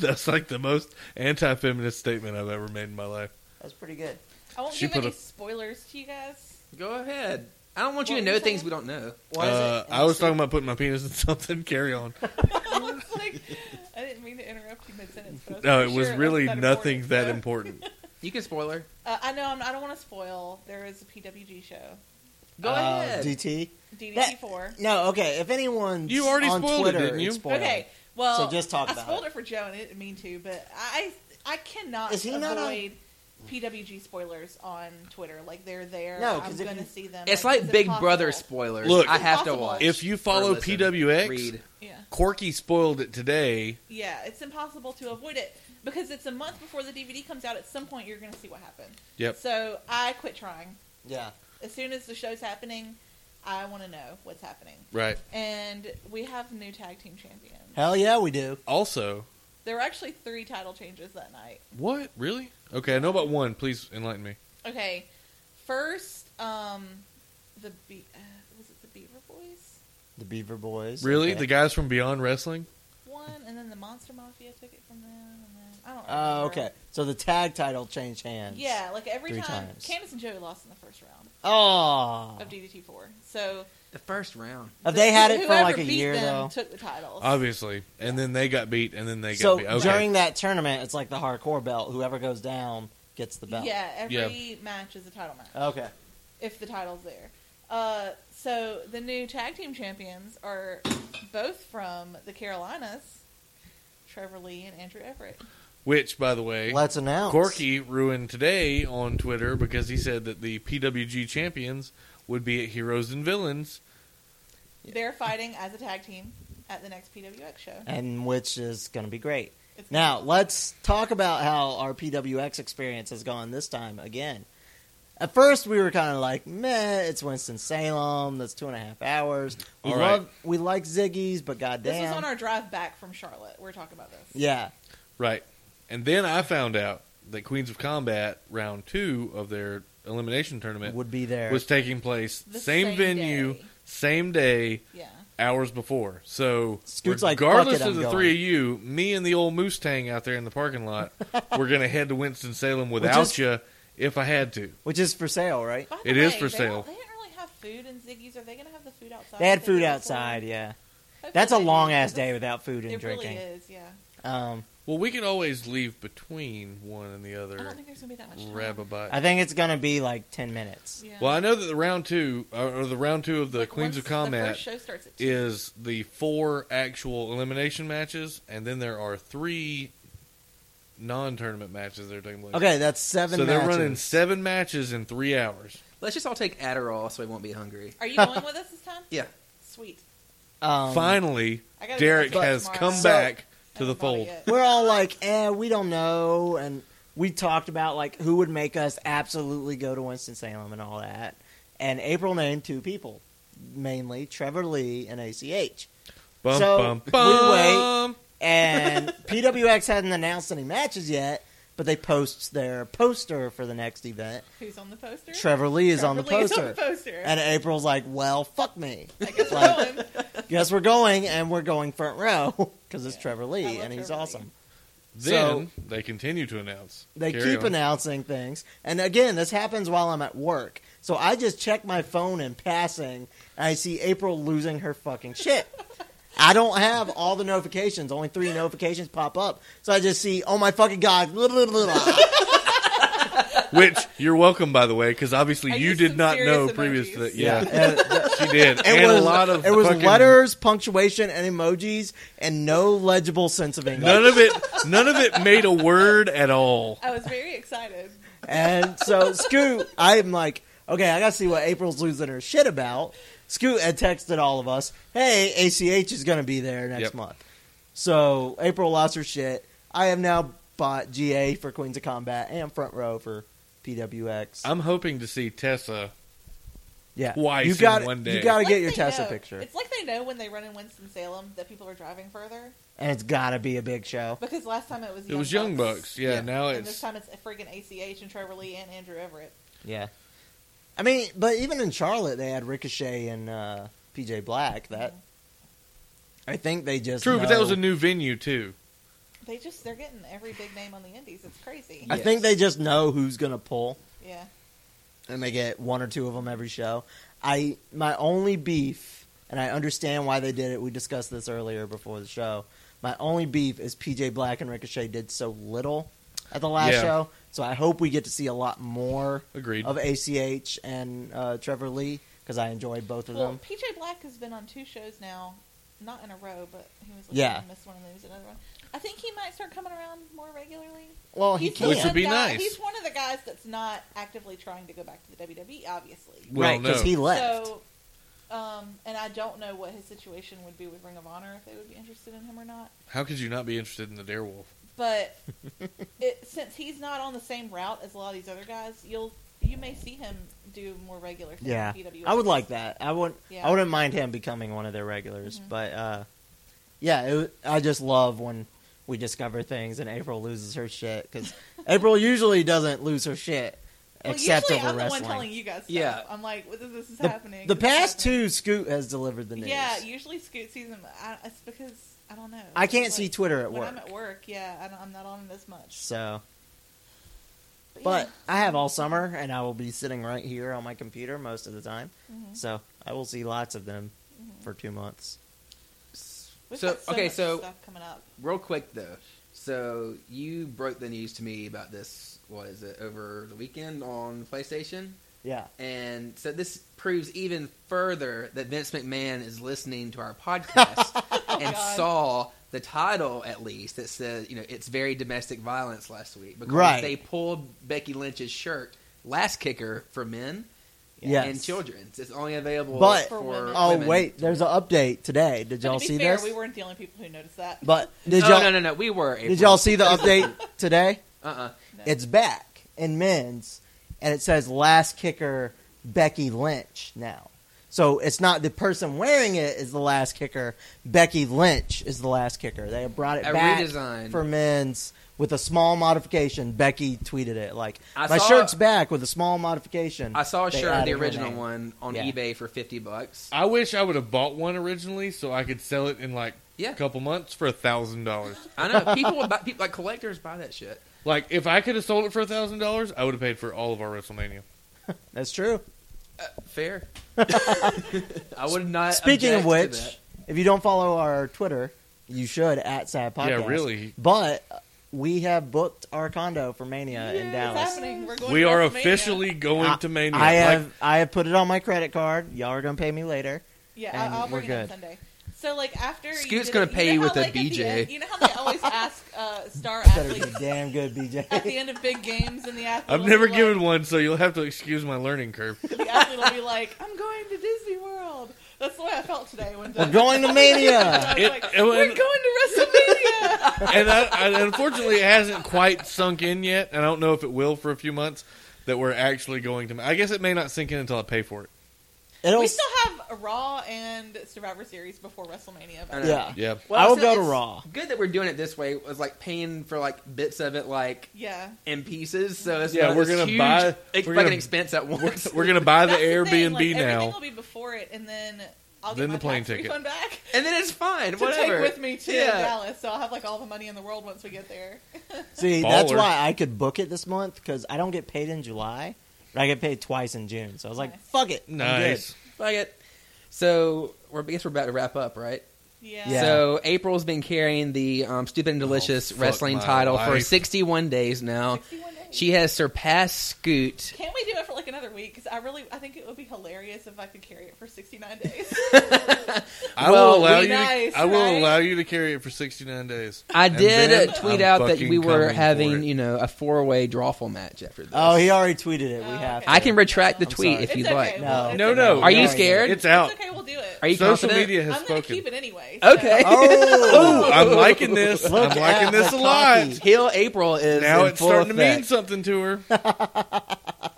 E: That's like the most anti feminist statement I've ever made in my life.
F: that's pretty good.
C: I won't
E: She
C: give
E: put
C: any
E: a-
C: spoilers to you guys.
D: Go ahead. I don't want you
C: What
D: to
C: were
D: know
C: you
D: things
C: saying?
D: we don't know.
F: Why is
E: Uh,
F: it?
E: I was talking about putting my penis in something. Carry on.
C: I was like, I didn't mean to interrupt you mid sentence.
E: No, it was really nothing that important.
D: You can spoiler.
C: Uh, I know. I'm, I don't want to spoil. There is a PWG show.
D: Go
F: Uh,
D: ahead.
F: DT.
C: DDT four.
F: No, okay. If anyone
E: You already
F: on
E: spoiled it,
F: Twitter,
E: didn't you?
F: spoiled it.
C: Okay. Well,
F: So just talk
C: I
F: about
C: spoiled
F: it.
C: it for Joe, and I didn't mean to, but I I cannot
F: Is he
C: avoid
F: not on-
C: PWG spoilers on Twitter. Like they're there.
F: No, 'cause
C: I'm
F: if you-
C: going to see them.
D: it's
C: is
D: like
C: it
D: Big
C: possible?
D: Brother spoilers.
E: Look,
D: I have to
C: Impossible.
D: watch.
E: If you
D: or
E: follow
D: listen,
E: PWX,
D: read.
C: Yeah.
E: Corky spoiled it today.
C: Yeah, it's impossible to avoid it because it's a month before the DVD comes out. At some point, you're going to see what happened.
E: Yep.
C: So I quit trying.
F: Yeah.
C: As soon as the show's happening, I want to know what's happening.
E: Right.
C: And we have new tag team champions.
F: Hell yeah, we do.
E: Also,
C: There were actually three title changes that night.
E: what? Really? Okay, I know about one. Please enlighten me.
C: Okay, first, um, the be- uh, was it the Beaver Boys
F: The Beaver Boys.
E: Really?
F: Okay.
E: The guys from Beyond Wrestling?
C: one, and then the Monster Mafia took it from them, and then I don't.
F: Oh,
C: remember.
F: okay. So the tag title changed hands.
C: Yeah, like every
F: Three
C: time
F: times.
C: Candace and Joey lost in the first round
F: Oh.
C: of DDT four. So
D: The first round.
F: Have they had it for
C: whoever
F: like a
C: beat
F: year
C: them
F: though?
C: Took the titles.
E: Obviously, and then they got beat, and then they got
F: So
E: beat. Okay.
F: during that tournament, it's like the hardcore belt. Whoever goes down gets the belt.
C: yeah, every match is a title match
F: Okay.
C: if the title's there. Uh, so the new tag team champions are both from the Carolinas, Trevor Lee and Andrew Everett.
E: Which, by the way,
F: Let's announce.
E: Corky ruined today on Twitter because he said that the PWG champions would be at Heroes and Villains.
C: They're fighting as a tag team at the next PWX show.
F: And which is going to be great.
C: It's
F: Now, let's talk about how our PWX experience has gone this time again. At first, we were kind of like, meh, it's Winston-Salem. That's two and a half hours. We,
E: All right.
F: love, we like Ziggy's, but goddamn.
C: This was on our drive back from Charlotte. We're talking about this.
F: yeah.
E: Right. And then I found out that Queens of Combat round two of their elimination tournament
F: Would be there.
E: was taking place
C: The
E: same,
C: same
E: venue,
C: day.
E: same day,
C: Yeah.
E: hours before. So
F: Scoot's like,
E: regardless
F: "Fuck it,
E: of
F: I'm
E: the
F: going."
E: three of you, me and the old Moose Tang out there in the parking lot, we're gonna head to Winston Salem
F: is-
E: without you if I had to.
F: Which is for sale, right?
C: By
E: It
C: the
E: is
C: way,
E: for
C: they
E: sale.
C: don't- They didn't really have food in Ziggy's. Are they going to have the food outside?
F: They had
C: that
F: food
C: did
F: outside,
C: before?
F: yeah.
C: Hopefully
F: That's a
C: they do,
F: long
C: because
F: ass day without food
C: It
F: and
C: it really
F: drinking.
C: is, yeah.
F: Um,
E: Well, we could always leave between one and the
C: I
E: other.
C: don't think there's going to be that much time.
E: Rababot.
F: I think it's going to be like 10 minutes.
C: yeah.
E: Well, I know that the round two uh, or the round two of the
C: Like,
E: Queens
C: once
E: of
C: The
E: Combat
C: first show starts at 2.
E: is the four actual elimination matches, and then there are three non-tournament matches that are taking place.
F: Okay, that's seven
E: so they're
F: matches.
E: running seven matches in three hours.
D: Let's just all take Adderall so we won't be hungry.
C: Are you going with us this time?
D: Yeah.
C: Sweet.
F: Um,
E: Finally,
C: I gotta
E: Derek
C: go to
E: has
C: tomorrow.
E: come
F: So-
E: back
C: I
E: to the
C: haven't bought it
E: fold.
C: yet.
F: We're all like, eh, we don't know. And we talked about like who would make us absolutely go to Winston-Salem and all that. And April named two people, mainly Trevor Lee and ACH.
E: Bum
F: So,
E: bum
F: we
E: bum.
F: And PWX hadn't announced any matches yet, but they post their poster for the next event.
C: Who's on the poster?
F: Trevor Lee is
C: Trevor
F: on the
C: Lee is
F: poster.
C: on the poster.
F: And April's like, well, fuck me.
C: I guess we're
F: Like,
C: going.
F: Guess we're going, and we're going front row because it's
C: Yeah.
F: Trevor
C: I
F: Lee,
C: love
F: and he's
C: Trevor Lee.
F: awesome.
E: Then they continue to announce.
F: They
E: Carry
F: keep
E: on.
F: announcing things. And again, this happens while I'm at work. So I just check my phone in passing, and I see April losing her fucking shit. I don't have all the notifications. Only three notifications pop up. So I just see, oh my fucking god. blah, blah, blah, blah.
E: Which you're welcome, by the way, because obviously
C: I
E: you
C: used
E: did
C: some
E: not
C: serious
E: know previous to
C: emojis.
E: that. Yeah,
F: And
E: she did.
F: it
E: and
F: was,
E: a lot of
F: it was
E: fucking-
F: letters, punctuation, and emojis, and no legible sense of English.
E: None of it. None of it made a word at all.
C: I was very excited.
F: And so Scoot, I'm like, okay, I gotta see what April's losing her shit about. Scoot had texted all of us, hey, ACH is gonna be there next
E: Yep.
F: month. So April lost her shit. I have now bought GA for Queens of Combat and front row for PWX.
E: I'm hoping to see Tessa.
F: yeah,
E: twice
F: you got
E: in one day.
F: You gotta
C: Like
F: get your
C: they
F: Tessa
C: know-
F: picture,
C: It's like they know when they run in Winston Salem that people are driving further
F: and it's gotta be a big show.
C: because last time it was
E: It was Young Bucks. Yeah.
F: Yeah.
E: Now
C: and this
E: it's
C: time it's a friggin' ACH and Trevor Lee and Andrew Everett.
F: Yeah, I mean, but even in Charlotte, they had Ricochet and uh, PJ Black. That I think they just
E: true, but that was
F: know-
E: a new venue too.
C: They just they're getting every big name on the indies. It's crazy.
F: I think they just know who's going to pull,
C: Yeah.
F: and they get one or two of them every show. I my only beef, and I understand why they did it. We discussed this earlier before the show. My only beef is PJ Black and Ricochet did so little at the last
E: Yeah.
F: show, so I hope we get to see a lot more
E: Agreed.
F: of ACH and uh, Trevor Lee because I enjoyed both of
C: Well,
F: them.
C: PJ Black has been on two shows now, not in a row, but he was like,
F: Yeah.
C: yeah, missed one and lose another one. I think he might start coming around more regularly.
F: Well, Oh, he
C: He's the
E: Which
F: can't
E: would
C: one
E: be
C: guy-
E: nice.
C: He's one of the guys that's not actively trying to go back to the WWE, obviously.
E: Well,
F: right because
E: no.
F: he left.
C: So, um, and I don't know what his situation would be with Ring of Honor if they would be interested in him or not.
E: How could you not be interested in the Darewolf?
C: But it, since he's not on the same route as a lot of these other guys, you'll you may see him do more regular things.
F: yeah,
C: in PWA.
F: I would like that. I wouldn't.
C: Yeah. Mm-hmm.
F: I wouldn't mind him becoming one of their regulars, but uh, yeah, it, w- I just love when we discover things and April loses her shit because April usually doesn't lose her shit
C: Well,
F: except
C: usually
F: over
C: I'm
F: wrestling.
C: the one telling you guys. Stuff.
D: Yeah.
C: I'm like, well, this is
F: the,
C: happening.
F: the
C: this is
F: past
C: happening.
F: two, Scoot has delivered the news.
C: Yeah, usually Scoot sees them. I, it's because I don't know.
F: I can't
C: Like,
F: see Twitter at
C: when
F: work,
C: I'm at work, yeah, I don't, I'm not on it as much.
F: so.
C: yeah.
F: But I have all summer, and I will be sitting right here on my computer most of the time.
C: Mm-hmm.
F: So I will see lots of them for two months.
C: We've
D: So,
C: got so
D: okay,
C: much
D: so
C: stuff coming up.
D: real quick though. So you broke the news to me about this. What is it over the weekend on PlayStation?
F: Yeah.
D: And so this proves even further that Vince McMahon is listening to our podcast
F: Oh
D: and
C: God.
D: saw the title at least that said, you know, it's very domestic violence last week because
F: Right.
D: they pulled Becky Lynch's shirt last kicker for men
F: Yes.
D: and children. It's only available
F: But-
D: for,
C: For women.
F: Oh
D: women.
F: wait, there's an update today. Did
C: But
F: y'all
C: to be
F: see
C: fair,
F: this?
C: We weren't the only people who noticed that.
F: But did
D: no,
F: y'all
D: Oh, no, no, no. We were. April.
F: did y'all see the update today?
D: Uh-uh.
C: No.
F: It's back in men's, and it says last kicker Becky Lynch now. So it's not the person wearing it is the last kicker. Becky Lynch is the last kicker. They have brought it
D: A
F: back
D: redesign.
F: for men's with a small modification. Becky tweeted it like,
D: I
F: "My
D: saw-
F: shirt's back with a small modification."
D: I saw a
F: They
D: shirt of the
F: added her
D: original
F: name.
D: one on
F: Yeah.
D: eBay for fifty bucks.
E: I wish I would have bought one originally so I could sell it in like
D: Yeah.
E: a couple months for a thousand dollars.
D: I know people, would buy, people like collectors buy that shit.
E: Like if I could have sold it for a thousand dollars, I would have paid for all of our WrestleMania.
F: That's true.
D: Fair. I would not.
F: Speaking of
D: object to
F: which, if you don't follow our Twitter, you should at Sad Podcast.
E: Yeah, really.
F: But uh, we have booked our condo for Mania in
C: It's
F: Dallas.
C: happening. We're going
E: We
C: to
E: are
C: WrestleMania.
E: officially going
F: I-
E: to Mania.
F: I
E: Like,
F: have I have put it on my credit card. Y'all are gonna pay me later.
C: Yeah,
F: and
C: I'll, I'll
F: we're
C: bring it on
F: good.
C: Sunday. So like after you
D: Scoot's
C: did
D: gonna
C: it-
D: pay
C: know
D: you
C: how,
D: with a
C: like, at the
D: BJ.
C: end- you know how they always ask uh, star
F: Better be
C: athletes
F: damn good,
C: at the
F: BJ.
C: end of big games and the athlete.
E: I've
C: will
E: never
C: be
E: given one, so you'll have to excuse my learning curve.
C: Like, the athlete will be like, "I'm going to Disney World." That's the way I felt today when
F: We're going to Mania.
C: I was
E: It-
C: like,
E: it was-
C: We're going to WrestleMania.
E: and I, I, unfortunately, it hasn't quite sunk in yet, and I don't know if it will for a few months that we're actually going to. I guess it may not sink in until I pay for it.
F: It'll.
C: we still have Raw and Survivor Series before WrestleMania.
D: I
C: But
D: know.
F: yeah.
E: Yeah,
D: Well,
F: I will
D: so
F: go to
D: it's
F: Raw.
D: Good that we're doing it this way. Was like paying for like bits of it, like
C: yeah,
D: in pieces. So it's
E: Yeah,
D: not
E: we're
D: this
E: gonna
D: huge
E: buy-
D: ex-
E: we're
D: fucking
E: gonna-
D: expense at once.
E: we're gonna buy the
C: That's
E: Airbnb
C: thing, like,
E: now.
C: Everything will be before it, and then I'll
E: Then
C: get my
E: the plane
C: tax
E: ticket.
C: refund back
D: and then it's fine.
C: to
D: whatever.
C: take with me to
D: Yeah.
C: Dallas. So I'll have like all the money in the world once we get there.
F: See, that's
E: Baller.
F: why I could book it this month because I don't get paid in July, but I get paid twice in June. So I was like,
C: Nice.
F: "Fuck it, I'm good.
E: nice.
D: Fuck it. So we're, I guess we're about to wrap up, right?
C: Yeah.
F: Yeah.
D: So April's been carrying the um, stupid and delicious
E: Oh, fuck
D: wrestling
E: my
D: title for
E: life.
D: 61 days now.
C: 61 days.
D: She has surpassed Scoot
C: Can't we do it for like another week? Because I really, I think it would be hilarious if I could carry it for 69 days.
E: I
D: Well,
E: will allow
C: we-
E: you.
C: Nice,
E: to, I will
C: right?
E: allow you to carry it for sixty nine days.
D: I
E: And
D: did
E: then
D: uh tweet
E: I'm
D: out that
E: fucking
D: we were
E: coming for
D: having,
E: it.
D: you know, a four-way drawful match after this.
F: Oh, he already tweeted it. We
C: Oh,
F: have.
C: okay.
F: to.
D: I can retract the
C: I'm
D: tweet
F: sorry.
D: if
C: It's
D: you'd
C: okay,
D: like.
C: well, it's
E: No,
C: okay.
E: no.
D: Are you
E: no,
D: scared?
E: It's out.
C: It's okay, we'll do it.
D: Are you
E: Social
D: confident?
E: media
C: I'm
E: has
C: gonna
E: spoken.
C: keep it anyway. so-
D: Okay.
F: Oh,
E: Ooh, I'm liking this.
F: Look
E: I'm
F: at
E: liking this
F: the
E: a lot.
F: coffee.
D: Heel April is
E: Now
D: in
E: it's
D: full
E: starting to mean
D: effect.
E: something to her.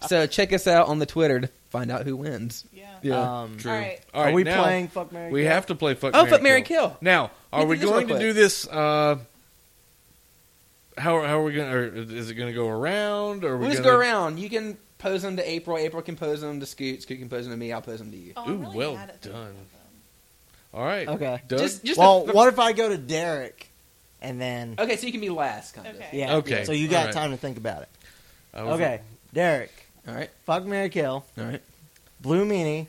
D: So check us out on the Twitter to find out who wins.
C: Yeah.
F: Um,
E: True.
C: All right.
E: All
F: are we
E: now
F: playing Fuck Mary?
E: We have to play fuck.
D: Oh,
E: Mary
D: fuck, Mary, kill.
E: Now,
D: We
E: are
D: did
E: we
D: this real
E: going to
D: quick.
E: do this? Uh, how how are we going? Or is it going to go around? Or are we
D: We'll just
E: gonna-
D: go around. You can pose them to April. April can pose them to Scoot. Scoot can pose them to me. I'll pose them to you.
C: Oh, I'm
E: Ooh,
C: really
E: well
C: mad at thinking
E: done.
C: about them.
E: All right.
F: Okay.
E: Doug?
D: Just, just
F: well,
D: the- the-
F: what if I go to Derek and then?
D: Okay, so you can be last, kind of.
C: Okay.
F: Yeah.
E: Okay,
F: So you got
E: alright.
F: time to think about it.
E: I was-
F: Okay, Derek,
D: All right.
F: fuck Mary Kill,
D: All right.
F: Blue Meanie.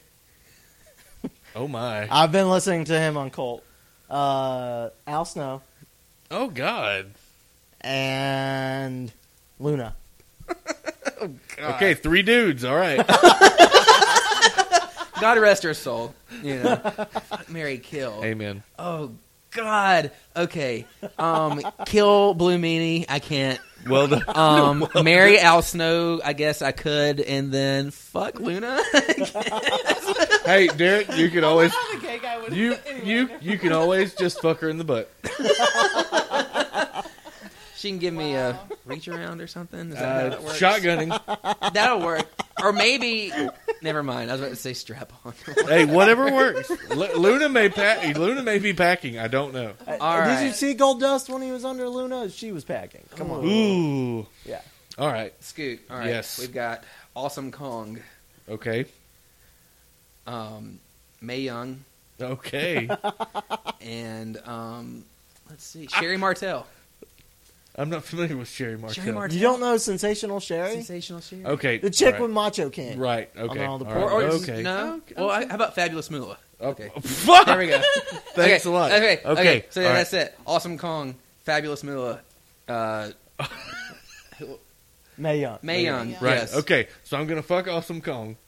E: Oh my.
F: I've been listening to him on Colt. Uh, Al Snow
E: Oh God.
F: and Luna.
E: Okay, three dudes. All right.
D: God rest her soul. You know. Fuck, Mary, kill.
E: Amen.
D: Oh God. Okay. Um, kill Blue Meanie. I can't.
E: Well done.
D: Um, marry Al Snow. I guess I could, and then fuck Luna.
E: hey, Derek, you can always
C: How the gay guy would
E: you
C: anyway,
E: you you can always just fuck her in the butt.
D: she can give me a
C: Wow.
D: reach around or something. Is that how
E: Uh,
D: that works?
E: shotgunning.
D: That'll work. Or maybe. Never mind. I was about to say strap on.
E: hey, whatever works. Lu- Luna may pack. Luna may be packing. I don't know.
D: All
F: Uh, Did
D: right.
F: you see Gold Dust when he was under Luna? She was packing. Come on.
E: Ooh.
F: Yeah.
E: All right.
D: Scoot. All right.
E: Yes.
D: We've got Awesome Kong,
E: Okay.
D: um, May Young,
E: Okay.
D: and um, let's see, Sherry Martel.
E: I'm not familiar with Sherry Martel.
D: Sherry Martel.
F: You don't know Sensational Sherry?
D: Sensational Sherry.
E: Okay.
F: The chick
E: right.
F: with Macho King.
E: Right. Okay.
F: all the
E: all
D: Or,
E: right,
D: or
E: okay.
D: No. Well, I, how about Fabulous Moolah? Okay.
E: Fuck.
D: There we go.
E: Thanks
D: okay.
E: a lot.
D: Okay.
E: Okay.
D: Okay. So
E: All right.
D: that's it. Awesome Kong, Fabulous Moolah, uh,
F: Mae Young.
D: Mae Young.
C: Young.
E: Right.
D: Yes.
E: Okay. So I'm gonna fuck Awesome Kong.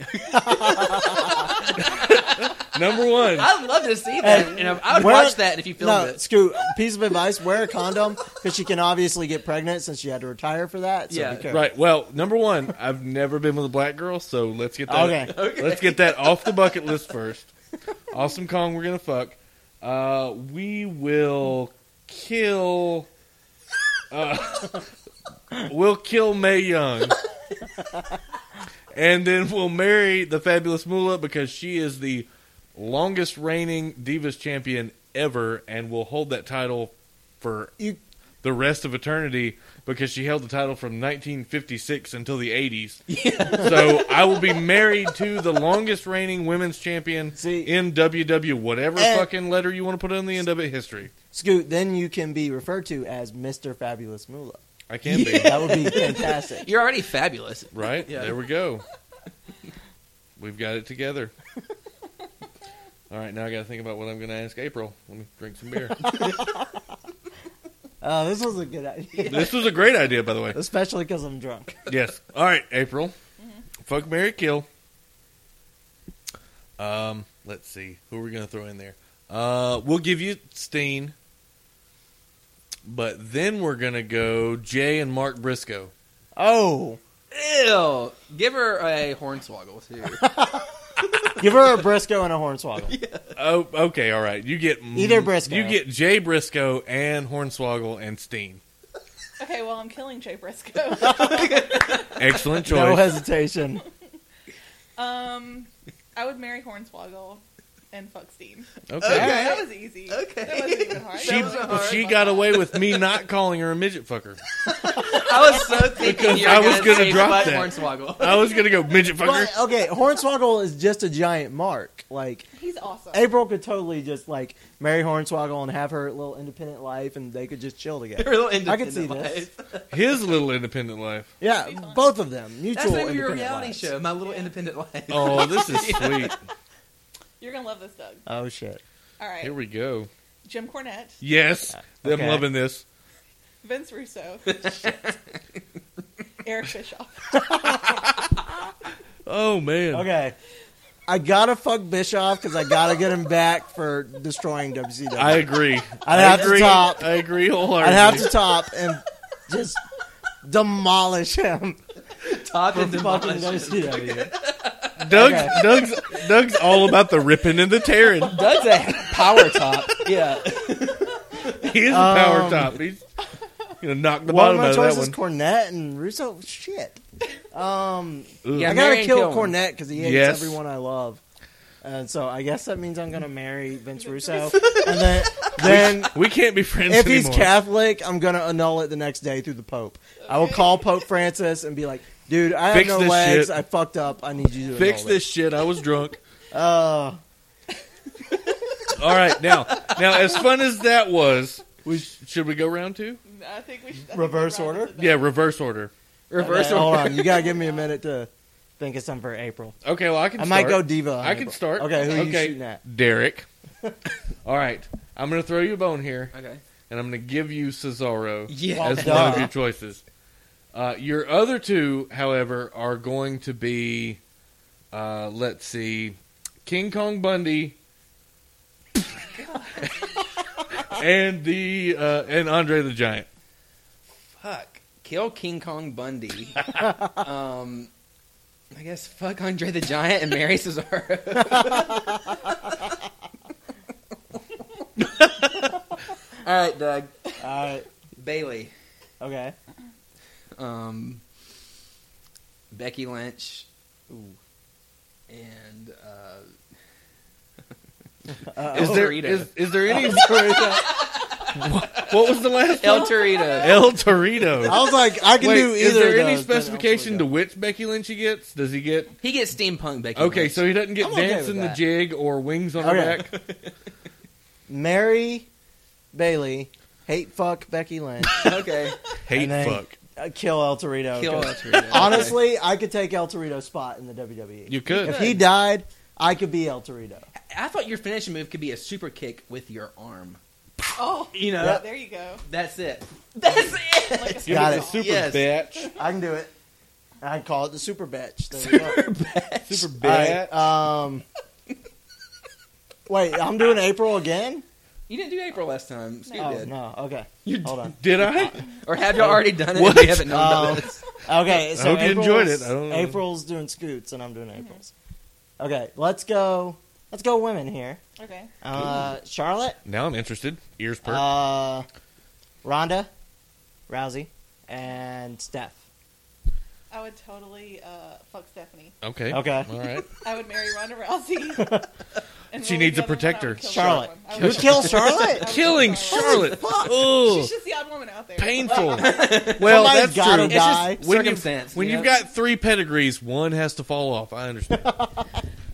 E: Number one.
D: I'd love to see that.
F: Hey,
D: you know, I would
F: where-
D: watch that if you filmed
F: No,
D: it.
F: Scoot, piece of advice wear a condom because she can obviously get pregnant since she had to retire for that. So
D: Yeah.
F: be careful.
E: Right. Well, number one, I've never been with a black girl, so let's get that.
F: Okay.
D: Okay.
E: Let's get that off the bucket list first. Awesome Kong, we're gonna fuck. Uh, we will kill. Uh, we'll kill May Young, and then we'll marry the fabulous Moolah because she is the longest reigning Divas champion ever, and will hold that title for
F: You-
E: the rest of eternity because she held the title from 1956 until the 80s. So I will be married to the longest reigning women's champion
F: See-
E: in WW, whatever
F: And-
E: fucking letter you want to put on the end of it, history.
F: Scoot, then you can be referred to as Mr. Fabulous Moolah.
E: I can be.
F: That would be fantastic.
D: You're already fabulous.
E: Right?
D: Yeah.
E: There we go. We've got it together. All right, now I got to think about what I'm going to ask April. Let me drink some beer.
F: Uh, this was a good idea.
E: this was a great idea, by the way.
F: Especially because I'm drunk.
E: yes. All right, April.
C: Mm-hmm.
E: Fuck Mary Kill. Um, let's see. Who are we gonna throw in there? Uh we'll give you Steen. But then we're gonna go Jay and Mark Briscoe.
F: Oh,
D: Ew. Give her a hornswoggle too.
F: give her a Briscoe and a Hornswoggle.
E: Oh okay, all right. You get
F: Either Briscoe.
E: You get Jay Briscoe and Hornswoggle and Steen.
C: Okay, well, I'm killing Jay Briscoe.
E: Excellent choice.
F: No hesitation.
C: um, I would marry Hornswoggle and fuck Steen.
E: okay.
C: That was easy.
D: Okay.
C: That wasn't even hard.
E: She
C: That wasn't hard.
E: she got away with me not calling her a midget fucker.
D: I was so thinking you were
E: I was
D: gonna
E: gonna
D: say
E: drop
D: fuck
E: that.
D: hornswoggle.
E: I was gonna go midget fucker.
F: But, okay, Hornswoggle is just a giant mark. Like,
C: He's awesome.
F: April could totally just, like, marry Hornswoggle and have her little independent life and they could just chill together.
D: Real
F: I could see
D: independent
F: this.
D: life.
E: His little independent life.
F: Yeah, both of them.
D: That's
F: Mutual
D: the name of your
F: independent
D: reality
F: lives.
D: show, My Little Independent Life.
E: Oh, this is sweet.
C: You're gonna love this, Doug.
F: Oh, shit.
C: All right,
E: Here we go.
C: Jim Cornette,
E: Yes,
F: Okay.
E: I'm loving this.
C: Vince Russo, Eric Bischoff.
E: Oh man.
F: Okay. I gotta fuck Bischoff because I gotta get him back for destroying WCW.
E: I agree.
F: I'd have to
E: agree.
F: top.
E: I agree wholeheartedly.
F: I'd have to top and just demolish him
D: Top
F: for
D: and
F: fucking
D: demolition.
F: WCW.
E: Doug's,
F: Okay.
E: Doug's Doug's all about the ripping and the tearing.
D: Doug's a power top.
F: Yeah.
E: He is a
F: Um,
E: power top. He's gonna knock the
F: One
E: bottom
F: of my
E: out of that
F: choices
E: one.
F: Cornette and Russo. Shit. Um,
E: Ugh.
D: Yeah,
F: I gotta
D: marry and
F: kill
D: him.
F: Cornette because he hates
E: Yes.
F: everyone I love. And so I guess that means I'm gonna marry Vince Russo. And then, then
E: We can't be friends
F: if he's
E: anymore.
F: Catholic, I'm gonna annul it the next day through the Pope. I will call Pope Francis and be like, "Dude, I have
E: Fix
F: no
E: this
F: legs.
E: shit.
F: I fucked up. I need you to
E: Fix
F: annul
E: this shit. I was drunk.
F: It. Uh,
E: All right, now, now, as fun as that was, we should we go round two?
C: I think we should I think
F: Reverse
C: we're
F: order?
C: rounded to
E: Yeah, reverse order.
D: Reverse
F: yeah, hold
D: order.
F: on, you gotta give me a minute to think of something for April.
E: Okay, well, I can.
F: I might go
E: start.
F: diva. on
E: I can
F: April.
E: start.
F: Okay, who are you
E: Okay.
F: shooting at?
E: Derek. All right, I'm gonna throw you a bone here.
D: Okay.
E: and I'm going to give you Cesaro
D: Yeah.
E: as
F: Well,
E: one of
F: duh.
E: your choices. Uh, your other two, however, are going to be, uh, let's see, King Kong Bundy and the uh, and Andre the Giant.
D: Fuck. Kill King Kong Bundy. um, I guess fuck Andre the Giant and marry Cesaro. All right, Doug.
F: All right.
D: Bailey.
F: Uh, Okay.
D: Um, Becky Lynch. Ooh. And uh,
F: Uh,
E: Is there
D: Burrito.
E: is, is there any What was the last?
D: El Torito.
E: El Torito.
F: I was like, I can
E: Wait,
F: do either.
E: is there
F: of
E: any
F: those, but I don't
E: specification
F: really
E: to
F: know.
E: which Becky Lynch he gets? Does he get
D: He gets steampunk Becky.
E: okay?
D: Lynch.
E: So he doesn't get
F: I'm okay
E: dance
F: with
E: in the
F: that. Oh,
E: jig or wings on her
F: Okay.
E: back.
F: Mary Bailey, hate fuck Becky Lynch,
D: okay,
E: Hate
F: And then-
E: fuck.
F: uh, kill El Torito.
D: kill
F: 'Cause
D: El Torito.
F: Honestly, I could take El Torito's spot in the WWE.
E: You could.
F: if he died, I could be El Torito.
D: I thought your finishing move could be a super kick with your arm.
C: Oh,
D: You know,
C: yeah, there you go.
D: that's it. That's it.
C: Like a
E: Give us
F: Got it.
E: a super
D: Yes.
E: bitch.
F: I can do it. I'd call it the Super Bitch. There you go.
E: Super
F: All right,
E: bitch.
F: um, wait, I'm doing April again?
D: You didn't do April last time. Scoot
F: Oh,
D: did.
F: no. Okay.
E: You
F: Hold on.
E: Did I?
D: Or have you already done it?
E: What?
D: We haven't known
F: Um,
D: about this.
F: Okay, so
E: hope you
F: April's,
E: enjoyed it. I don't know.
F: April's doing Scoots, and I'm doing April's. Okay, let's go. Let's go women here.
C: Okay.
F: Uh, Charlotte,
E: Now I'm interested. Ears perk.
F: uh, Rhonda, Rousey, and Steph.
C: I would totally uh, fuck Stephanie.
E: okay.
F: okay.
E: All right.
C: I would marry Ronda Rousey. And
E: She
C: what was
E: needs a
C: the other one? I would
E: protector.
C: kill
F: Charlotte.
C: someone. I would
F: You kill Charlotte?
C: I would
E: Killing
C: kill
E: Charlotte.
C: She's
E: Oh,
C: just the odd woman out there.
E: painful. Well,
F: Somebody's
E: that's
F: gotta
E: true.
D: It's just
F: die.
E: When you-
D: circumstance.
E: When
D: you
E: you've
D: know?
E: got three pedigrees, one has to fall off. I understand.
C: All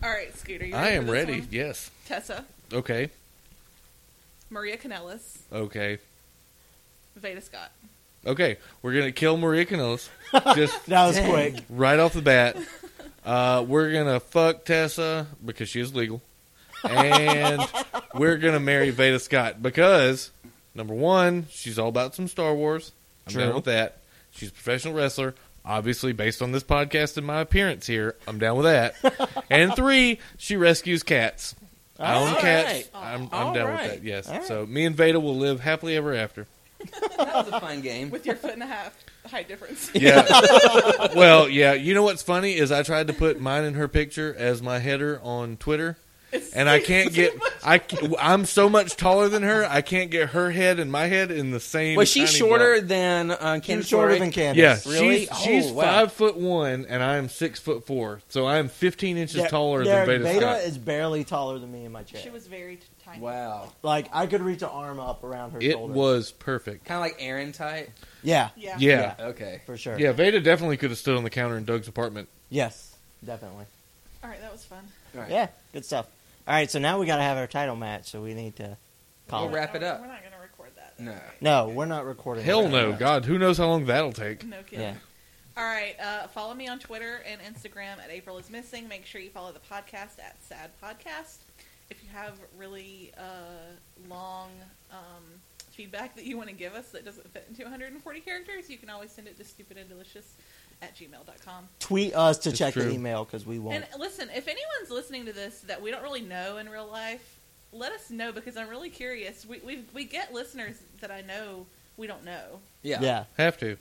C: right, Scooter. You ready
E: I am
C: for this
E: ready.
C: one?
E: Yes.
C: Tessa,
E: Okay.
C: Maria Canellis,
E: Okay.
C: Veda Scott.
E: Okay. We're gonna kill Maria Canales just
F: That was quick.
E: right off the bat. Uh, we're gonna fuck Tessa because she is legal, and we're gonna marry Veda Scott because number one, she's all about some Star Wars. I'm
F: True.
E: down with that. She's a professional wrestler. Obviously, based on this podcast and my appearance here, I'm down with that. and three, she rescues cats. I own
D: All
E: cats.
D: right.
E: I'm,
D: All
E: I'm down
D: right.
E: with that. Yes.
F: All right.
E: So me and Veda will live happily ever after.
D: that was a fun game.
C: With your foot and a half height difference.
E: Yeah. well, yeah. You know what's funny is I tried to put mine and her picture as my header on Twitter, and I can't get. I am so much taller than her. I can't get her head and my head in the same.
D: Was she
E: tiny
D: shorter
E: block.
D: than uh,
F: You're
D: Candice
F: shorter
D: LeRae?
F: than Candace.
E: Yeah,
D: Really?
E: she's, she's
D: Oh, wow.
E: five foot one, and I am six foot four, so I am fifteen inches
F: Der-
E: taller
F: Derek
E: than Beta,
F: Veda
E: Scott.
F: is barely taller than me in my chair.
C: She was very t- tiny.
D: Wow.
F: like I could reach an arm up around her
E: It
F: shoulder.
E: was perfect.
D: Kind of like Aaron type.
F: Yeah,
C: Yeah.
E: Yeah,
D: Okay.
F: for sure.
E: yeah. Veda definitely could have stood on the counter in Doug's apartment.
F: Yes, definitely.
C: All right, that was fun.
D: All right.
F: Yeah, good stuff. All right, so now we got to have our title match, so we need to call
D: We'll
F: it.
D: wrap it
C: No,
D: up.
C: We're not going to record that. though.
D: No.
F: No, we're not recording.
E: Hell
F: right
E: no,
F: now.
E: God, who knows how long that'll take?
C: No kidding.
F: Yeah.
C: All right. Uh, follow me on Twitter and Instagram at April is Missing. Make sure you follow the podcast at Sad Podcast. If you have really uh, long um, feedback that you want to give us that doesn't fit into 140 characters, you can always send it to stupidanddelicious at gmail.com.
F: Tweet us to
E: It's
F: check
E: true.
F: the email because we won't.
C: And listen, if anyone's listening to this that we don't really know in real life, let us know because I'm really curious. We, we, we get listeners that I know we don't know.
D: Yeah.
F: yeah,
E: Have to.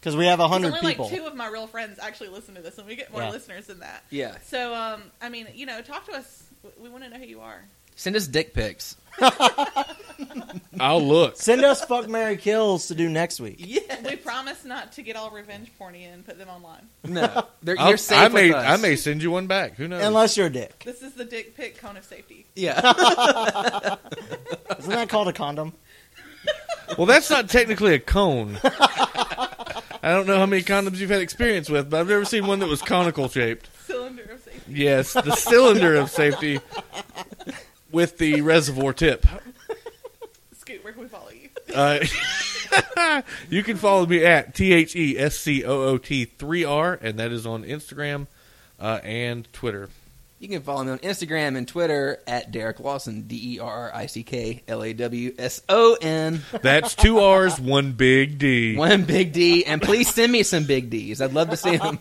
F: because we have a
C: 'Cause
F: hundred
C: only
F: people.
C: like two of my real friends actually listen to this, and we get more
F: Yeah.
C: listeners than that.
D: Yeah.
C: So, um, I mean, you know, talk to us. We- We want to know who you are.
D: Send us dick pics.
E: I'll look.
F: Send us fuck Mary kills to do next week.
D: Yeah.
C: We promise not to get all revenge porny and put them online.
D: No. They're,
E: I'll-
D: you're safe
E: I
D: with
E: may
D: us.
E: I may send you one back. Who knows?
F: Unless you're a dick.
C: This is the dick pic cone of safety.
D: Yeah.
F: Isn't that called a condom?
E: well, that's not technically a cone. I don't know how many condoms you've had experience with, but I've never seen one that was conical shaped.
C: Cylinder of safety.
E: Yes, the cylinder of safety with the reservoir tip.
C: Scoot, where can we follow you?
E: Uh, you can follow me at T H E S C O O T 3 R, and that is on Instagram uh, and Twitter.
D: You can follow me on Instagram and Twitter at Derek Lawson, D E R R I C K L A W S O N.
E: That's two R's, one big D.
D: One big D. And please send me some big Ds. I'd love to see them.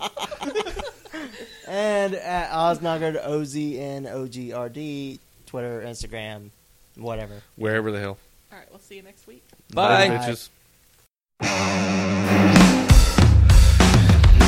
F: And at Oznogard, O Z N O G R D, Twitter, Instagram, whatever.
E: Wherever the hell.
C: All right, we'll see you next week.
D: Bye.
E: Later, bitches.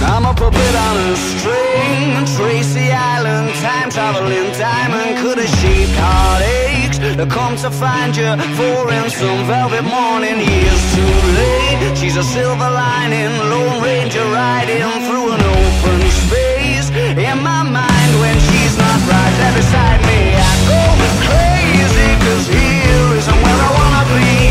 G: I'm a puppet on a string, Tracy Island, time traveling diamond, could have shaped heartaches. I come to find you, for in some velvet morning, years too late. She's a silver lining, Lone Ranger riding through an open space. In my mind, when she's not right there beside me, I go crazy, cause here isn't where I wanna be.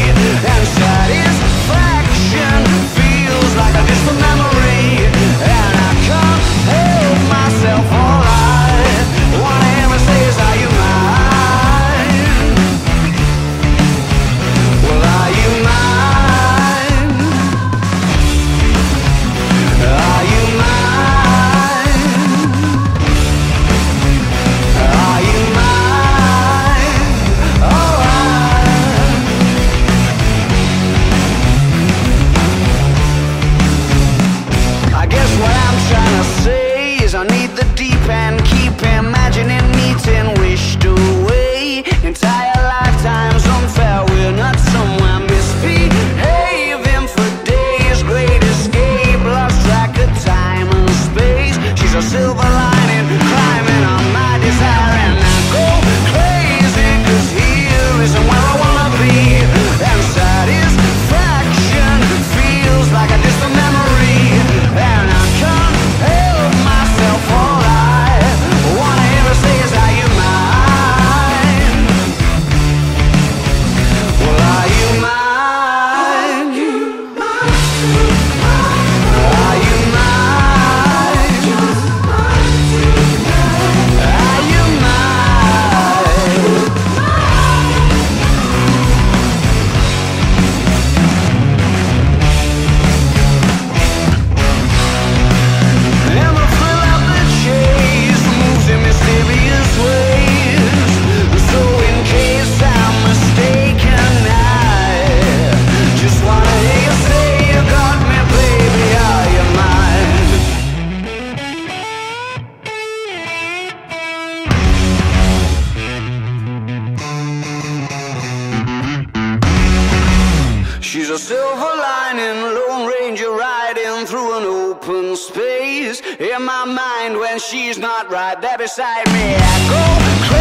G: in my mind when she's not right there beside me. I go